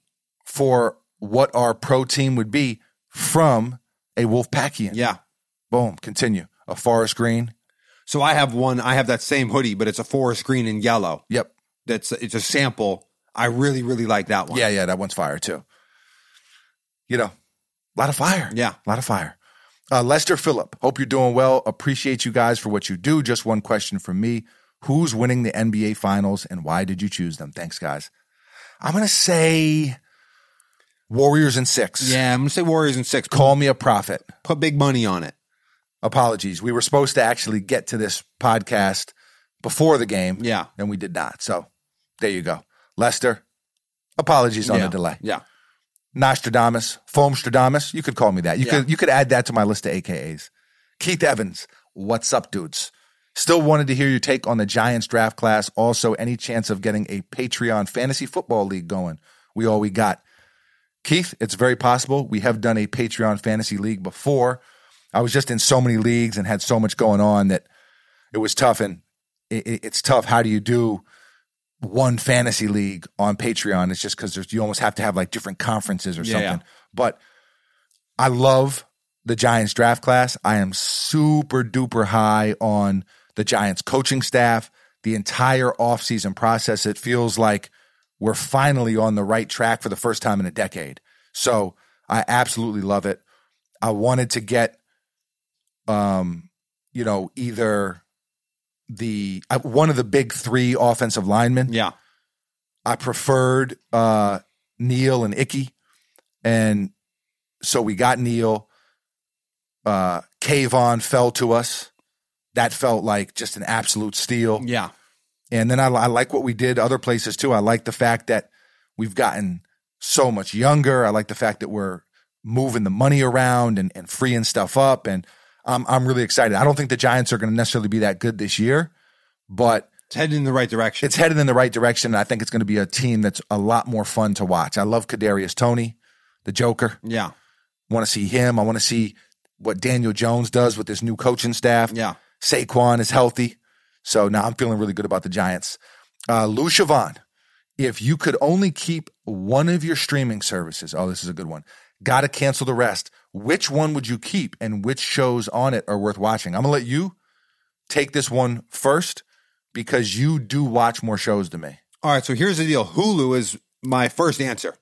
for what our pro team would be from a Wolfpackian.
Yeah.
Boom. Continue. A forest green.
So I have one. I have that same hoodie, but it's a forest green and yellow.
Yep.
That's it's a sample. I really really like that one.
Yeah, yeah, that one's fire too. You know, a lot of fire.
Yeah.
a lot of fire. Uh, Lester Phillip, hope you're doing well. Appreciate you guys for what you do. Just one question from me: Who's winning the NBA Finals, and why did you choose them? Thanks, guys. I'm gonna say Warriors and six.
Yeah, I'm gonna say Warriors in six.
Call me a prophet.
Put big money on it.
Apologies. We were supposed to actually get to this podcast before the game.
Yeah.
And we did not. So there you go. Lester, apologies on
yeah.
the delay.
Yeah.
Nostradamus, Foamstradamus. You could call me that. You
Yeah.
could you could add that to my list of AKAs. Keith Evans, what's up, dudes? Still wanted to hear your take on the Giants draft class. Also, any chance of getting a Patreon fantasy football league going? We all we got. Keith, it's very possible. We have done a Patreon fantasy league before. I was just in so many leagues and had so much going on that it was tough. And it, it- it's tough. How do you do one fantasy league on Patreon? It's just because you almost have to have like different conferences or
Yeah,
something.
yeah.
But I love the Giants draft class. I am super duper high on the Giants coaching staff, the entire offseason process. It feels like we're finally on the right track for the first time in a decade. So I absolutely love it. I wanted to get, um, you know, either the I- one of the big three offensive linemen.
Yeah.
I preferred uh, Neil and Icky, and so we got Neil. Uh, Kayvon fell to us. That felt like just an absolute steal.
Yeah.
And then I, I like what we did other places too. I like the fact that we've gotten so much younger. I like the fact that we're moving the money around and, and freeing stuff up. And I'm, I'm really excited. I don't think the Giants are going to necessarily be that good this year, but
It's headed in the right direction.
it's headed in the right direction. And I think it's going to be a team that's a lot more fun to watch. I love Kadarius Tony, the Joker.
yeah.
want to see him. I want to see what Daniel Jones does with this new coaching staff.
Yeah.
Saquon is healthy. So now I'm feeling really good about the Giants. Uh, Lou Siobhan, if you could only keep one of your streaming services, oh, this is a good one. Got to cancel the rest. Which one would you keep and which shows on it are worth watching? I'm going to let you take this one first because you do watch more shows than me.
All right. So here's the deal. Hulu is my first answer.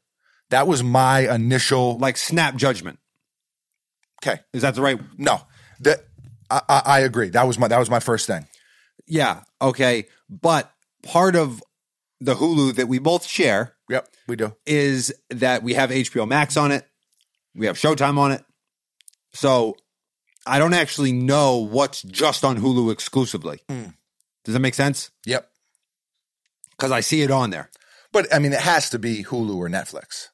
That was my initial.
Like snap judgment.
Okay.
Is that the right?
No. The, I, I, I agree. That was my that was my first thing.
Yeah. Okay. But part of the Hulu that we both share
Yep, we do.
is that we have HBO Max on it, we have Showtime on it. So I don't actually know what's just on Hulu exclusively.
Hmm.
Does that make sense?
Yep.
Because I see it on there.
But I mean, it has to be Hulu or Netflix.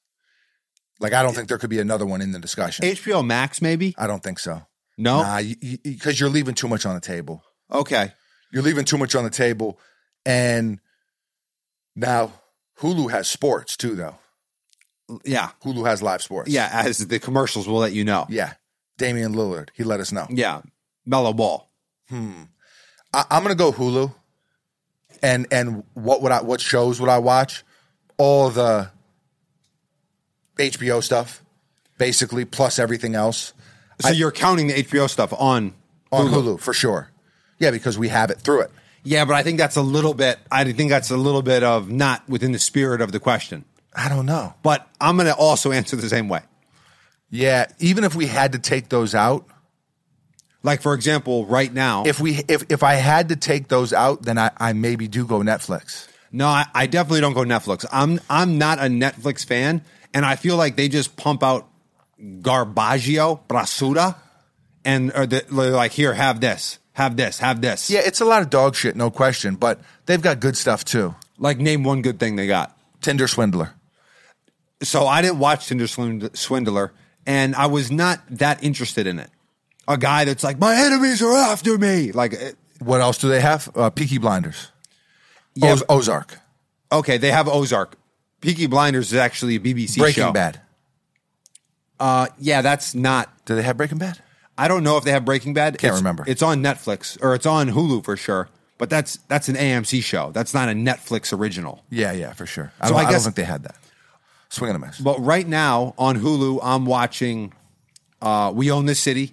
Like, I don't think there could be another one in the discussion.
HBO Max, maybe?
I don't think so.
No.
Nah, because you're leaving too much on the table.
Okay.
You're leaving too much on the table. And now Hulu has sports too, though.
Yeah.
Hulu has live sports.
Yeah. As the commercials will let you know.
Yeah. Damian Lillard, he let us know.
Yeah. Mellow Ball.
I, I'm gonna go Hulu, and and what would I what shows would I watch? All the HBO stuff, basically, plus everything else
So you're counting the HBO stuff on.
on Hulu. for sure. Yeah, because we have it through it.
Yeah, but I think that's a little bit. I think that's a little bit of not within the spirit of the question.
I don't know.
But I'm going to also answer the same way.
Yeah, even if we had to take those out,
Like for example, right now,
if we if if I had to take those out, then I I maybe do go Netflix.
No, I, I definitely don't go Netflix. I'm I'm not a Netflix fan, and I feel like they just pump out garbaggio, brasura, and or the, like here, have this, have this, have this.
Yeah, it's a lot of dog shit, no question. But they've got good stuff too.
Like name one good thing they got.
Tinder swindler.
So I didn't watch Tinder Swind- Swindler, and I was not that interested in it. A guy that's like my enemies are after me. Like it-
What else do they have? Uh, Peaky Blinders.
yeah,
Oz- Ozark.
okay, they have Ozark. Peaky Blinders is actually a BBC
Breaking
show.
Bad.
Uh, yeah, that's not
Do they have Breaking Bad?
I don't know if they have Breaking Bad.
Can't
It's-
remember.
It's on Netflix or it's on Hulu for sure. But that's that's an AMC show. That's not a Netflix original.
Yeah, yeah, for sure. I,
So
don't,
I
I, don't
guess-
think they had that. Swing and a miss.
But right now on Hulu, I'm watching uh, We Own This City,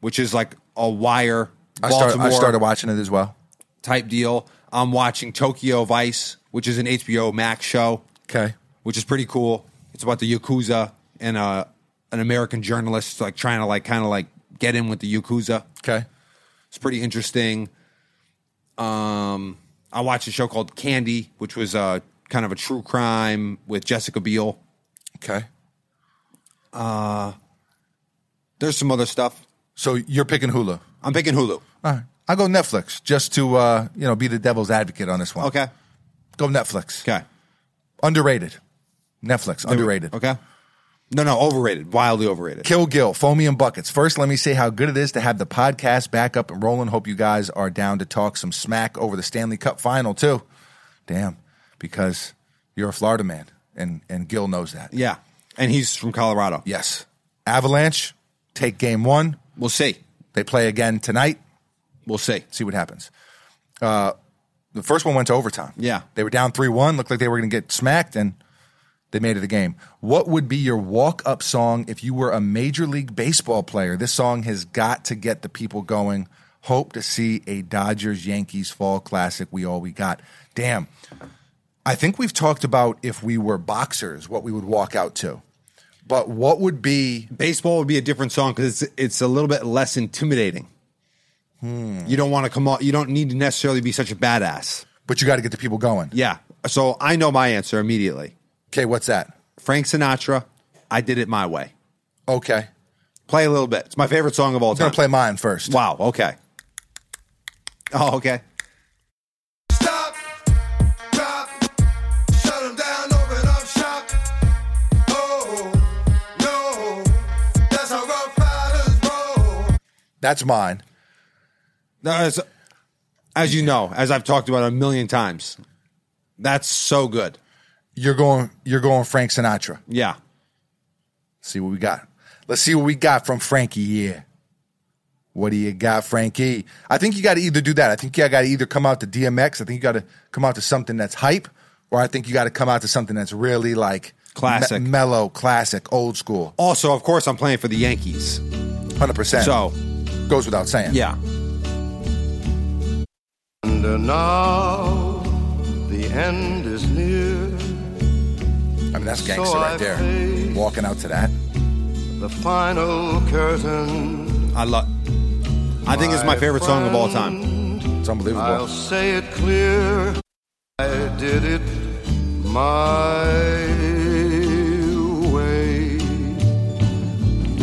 which is like a wire
I, started, I
Baltimore
started watching it as well.
type deal. I'm watching Tokyo Vice, which is an HBO Max show,
Okay.
which is pretty cool. It's about the yakuza and uh, an American journalist like trying to like kind of like get in with the yakuza.
Okay.
It's pretty interesting. Um, I watched a show called Candy, which was uh, kind of a true crime with Jessica Biel.
Okay.
There's some other stuff.
So you're picking Hulu.
I'm picking Hulu.
All right. I'll go Netflix just to uh, you know be the devil's advocate on this one.
Okay.
Go Netflix.
Okay.
Underrated. Netflix. Underrated.
Okay. No, no, overrated. Wildly overrated.
Kill Gil, Foamy and Buckets. First, let me say how good it is to have the podcast back up and rolling. Hope you guys are down to talk some smack over the Stanley Cup final, too. Damn, because you're a Florida man, and, and Gil knows that.
Yeah. And he's from Colorado.
Yes. Avalanche, take game one.
We'll see.
They play again tonight.
We'll see.
See what happens. Uh, the first one went to overtime.
Yeah.
They were down 3 1, looked like they were going to get smacked, and they made it a game. What would be your walk up song if you were a Major League Baseball player? This song has got to get the people going. Hope to see a Dodgers Yankees Fall Classic. We all we got. Damn. I think we've talked about if we were boxers, what we would walk out to. But what would be
Baseball would be a different song because it's it's a little bit less intimidating. You don't want to come off. You don't need to necessarily be such a badass.
but you got to get the people going.
Yeah. So I know my answer immediately.
Okay, what's that?
Frank Sinatra. I did it my way.
Okay. I'm
Play a little bit. It's my favorite song of all
going
time.
to play mine first.
Wow. Okay. Oh, okay.
Stop, drop, shut 'em down, open up shop. Oh, no, that's how Rough Riders roll.
That's mine.
No, As, as you know, as I've talked about a million times, that's so good.
You're going you're going Frank Sinatra.
Yeah.
See what we got. Let's see what we got from Frankie here. What do you got, Frankie? I think you got to either do that. I think you got to either come out to DMX. I think you got to come out to something that's hype, or I think you got to come out to something that's really like
Classic.
me- mellow, classic, old school.
Also, of course, I'm playing for the Yankees.
Hundred percent.
So,
goes without saying.
yeah.
And now the end is near.
I mean that's gangster
So I
right there.
face-
Walking out to that.
The final curtain.
I love. I think it's my favorite song of all time.
It's unbelievable.
I'll say it clear. I did it my way.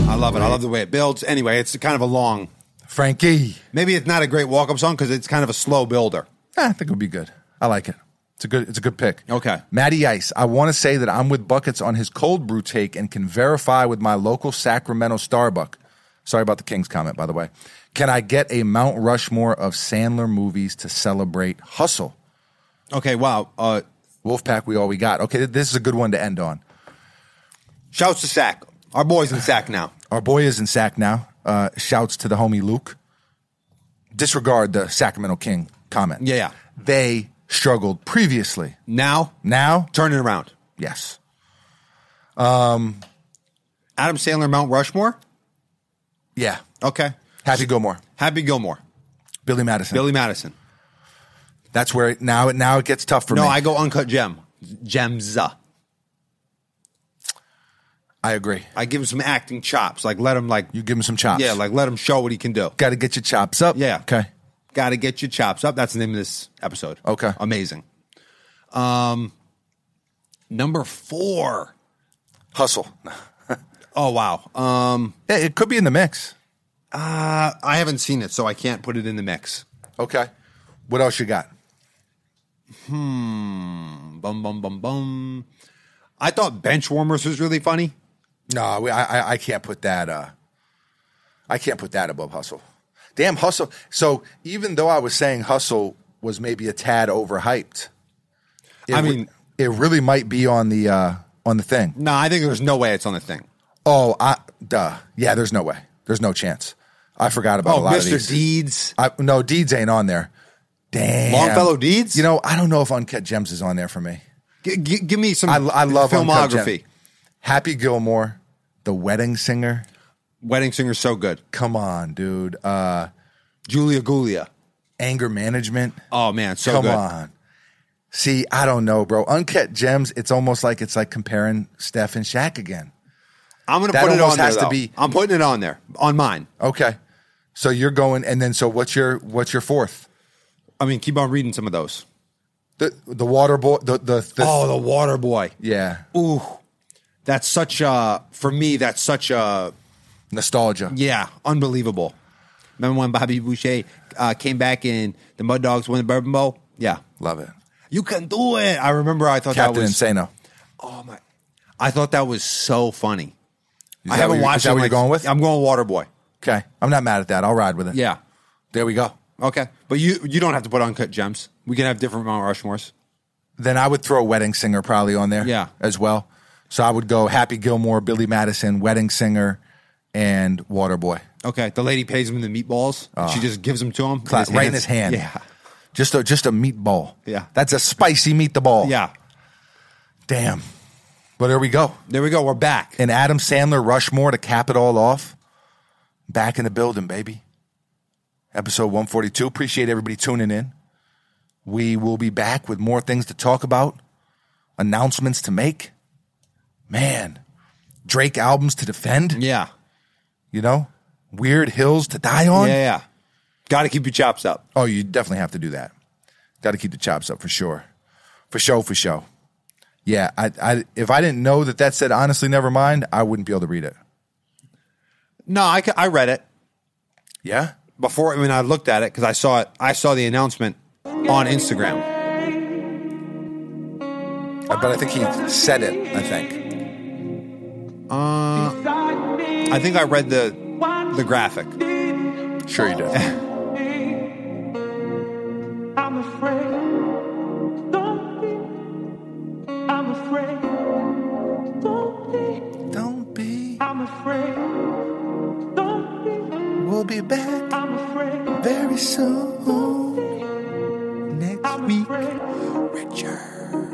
I love it. I love the way it builds. Anyway, it's kind of a long.
Frankie.
Maybe it's not a great walk-up song because it's kind of a slow builder.
Eh, I think it'll be good. I like it. It's a good. It's a good pick.
Okay.
Matty Ice. I want to say that I'm with Buckets on his cold brew take and can verify with my local Sacramento Starbuck. Sorry about the Kings comment, by the way. Can I get a Mount Rushmore of Sandler movies to celebrate Hustle?
Okay. Wow. Uh,
Wolfpack, we all we got. Okay, this is a good one to end on.
shouts to Sack. Our boys in Sack now.
Our boy is in Sac now. Uh, shouts to the homie Luke. Disregard the Sacramento King comment.
Yeah, yeah.
They struggled previously.
Now,
Now,
turn it around.
yes.
Adam Sandler, Mount Rushmore.
Yeah.
Okay.
Happy Gilmore.
Happy Gilmore.
Billy Madison.
Billy Madison.
That's where it, now it now it gets tough for
No,
me.
I go uncut gem. Gems.
I agree.
I give him some acting chops. Like let him like
You give him some chops.
yeah, like let him show what he can do.
got to get your chops up.
Yeah.
Okay.
Got to get your chops up. That's the name of this episode.
Okay.
Amazing. Um, number four.
Hustle.
Oh wow. Um,
Yeah, it could be in the mix.
uh, I haven't seen it, so I can't put it in the mix.
Okay. What else you got?
Bum bum bum bum. I thought bench warmers was really funny.
No, we, I I- I can't put that. Uh, I can't put that above hustle. Damn hustle. So even though I was saying hustle was maybe a tad overhyped, it
I
re-
mean-
it really might be on the uh, on the thing.
No, I think there's no way it's on the thing.
Oh, I duh. Yeah, there's no way. There's no chance. I forgot about
Oh,
a lot of
Mr.
these.
Deeds.
I, no, Deeds ain't on there. Damn.
Longfellow Deeds?
You know, I don't know if Uncut Gems is on there for me.
G- g- give me some
I, I love Uncut Gems.
filmography.
Happy Gilmore, The Wedding Singer.
Wedding Singer's so good.
Come on, dude. Uh,
Julia Gulia.
anger Management.
Oh man, so
Come
good.
on. See, I don't know, bro. Uncut Gems, it's almost like it's like comparing Steph and Shaq again.
I'm gonna
That
put it on
almost
there.
has to
though.
be-
I'm putting it on there on mine.
Okay. So you're going and then so what's your what's your fourth?
I mean, keep on reading some of those.
The the water boy the the, the
Oh, the Water Boy.
yeah.
Ooh, that's such a for me. That's such a
Nostalgia.
yeah, unbelievable. Remember when Bobby Boucher uh, came back and the Mud Dogs won the Bourbon Bowl? Yeah,
Love it.
you can do it. I remember. I thought
Captain
that was.
Insano.
Oh my! I thought that was so funny.
Is that
I
what
haven't
you-
watched.
Is that
it in,
what you're
like-
going with?
I'm going Water Boy.
okay. I'm not mad at that. I'll ride with it.
Yeah.
There we go.
Okay, but you you don't have to put uncut gems. We can have different Mount Rushmores.
Then I would throw Wedding Singer probably on there.
Yeah.
As well. So I would go Happy Gilmore, Billy Madison, Wedding Singer, and Waterboy.
Okay, the lady pays him the meatballs. she just gives them to him
Cla- Ah. right in his hand.
Yeah,
Just a just a meatball.
Yeah.
That's a spicy meatball.
yeah.
Damn. But there we go.
There we go. We're back.
And Adam Sandler Rushmore to cap it all off. Back in the building, baby. Episode 142. Appreciate everybody tuning in. We will be back with more things to talk about, announcements to make. Man, Drake albums to defend,
yeah,
you know? Weird hills to die on.
yeah, yeah. Got to keep your chops up.
Oh, you definitely have to do that. Got to keep the chops up for sure, for show, for show. Yeah, I, I, if I didn't know that that said honestly, never mind, I wouldn't be able to read it.
No, I, ca- I read it
Yeah,
before. I mean, I looked at it because I saw it. I saw the announcement on Instagram.
but I think he said it. I think.
I think I read the the graphic.
Sure, you did.
I'm afraid. Don't be. I'm afraid. Don't be.
Don't be.
I'm afraid. Don't be.
We'll be back
I'm afraid.
very soon. Next
I'm afraid.
Richard.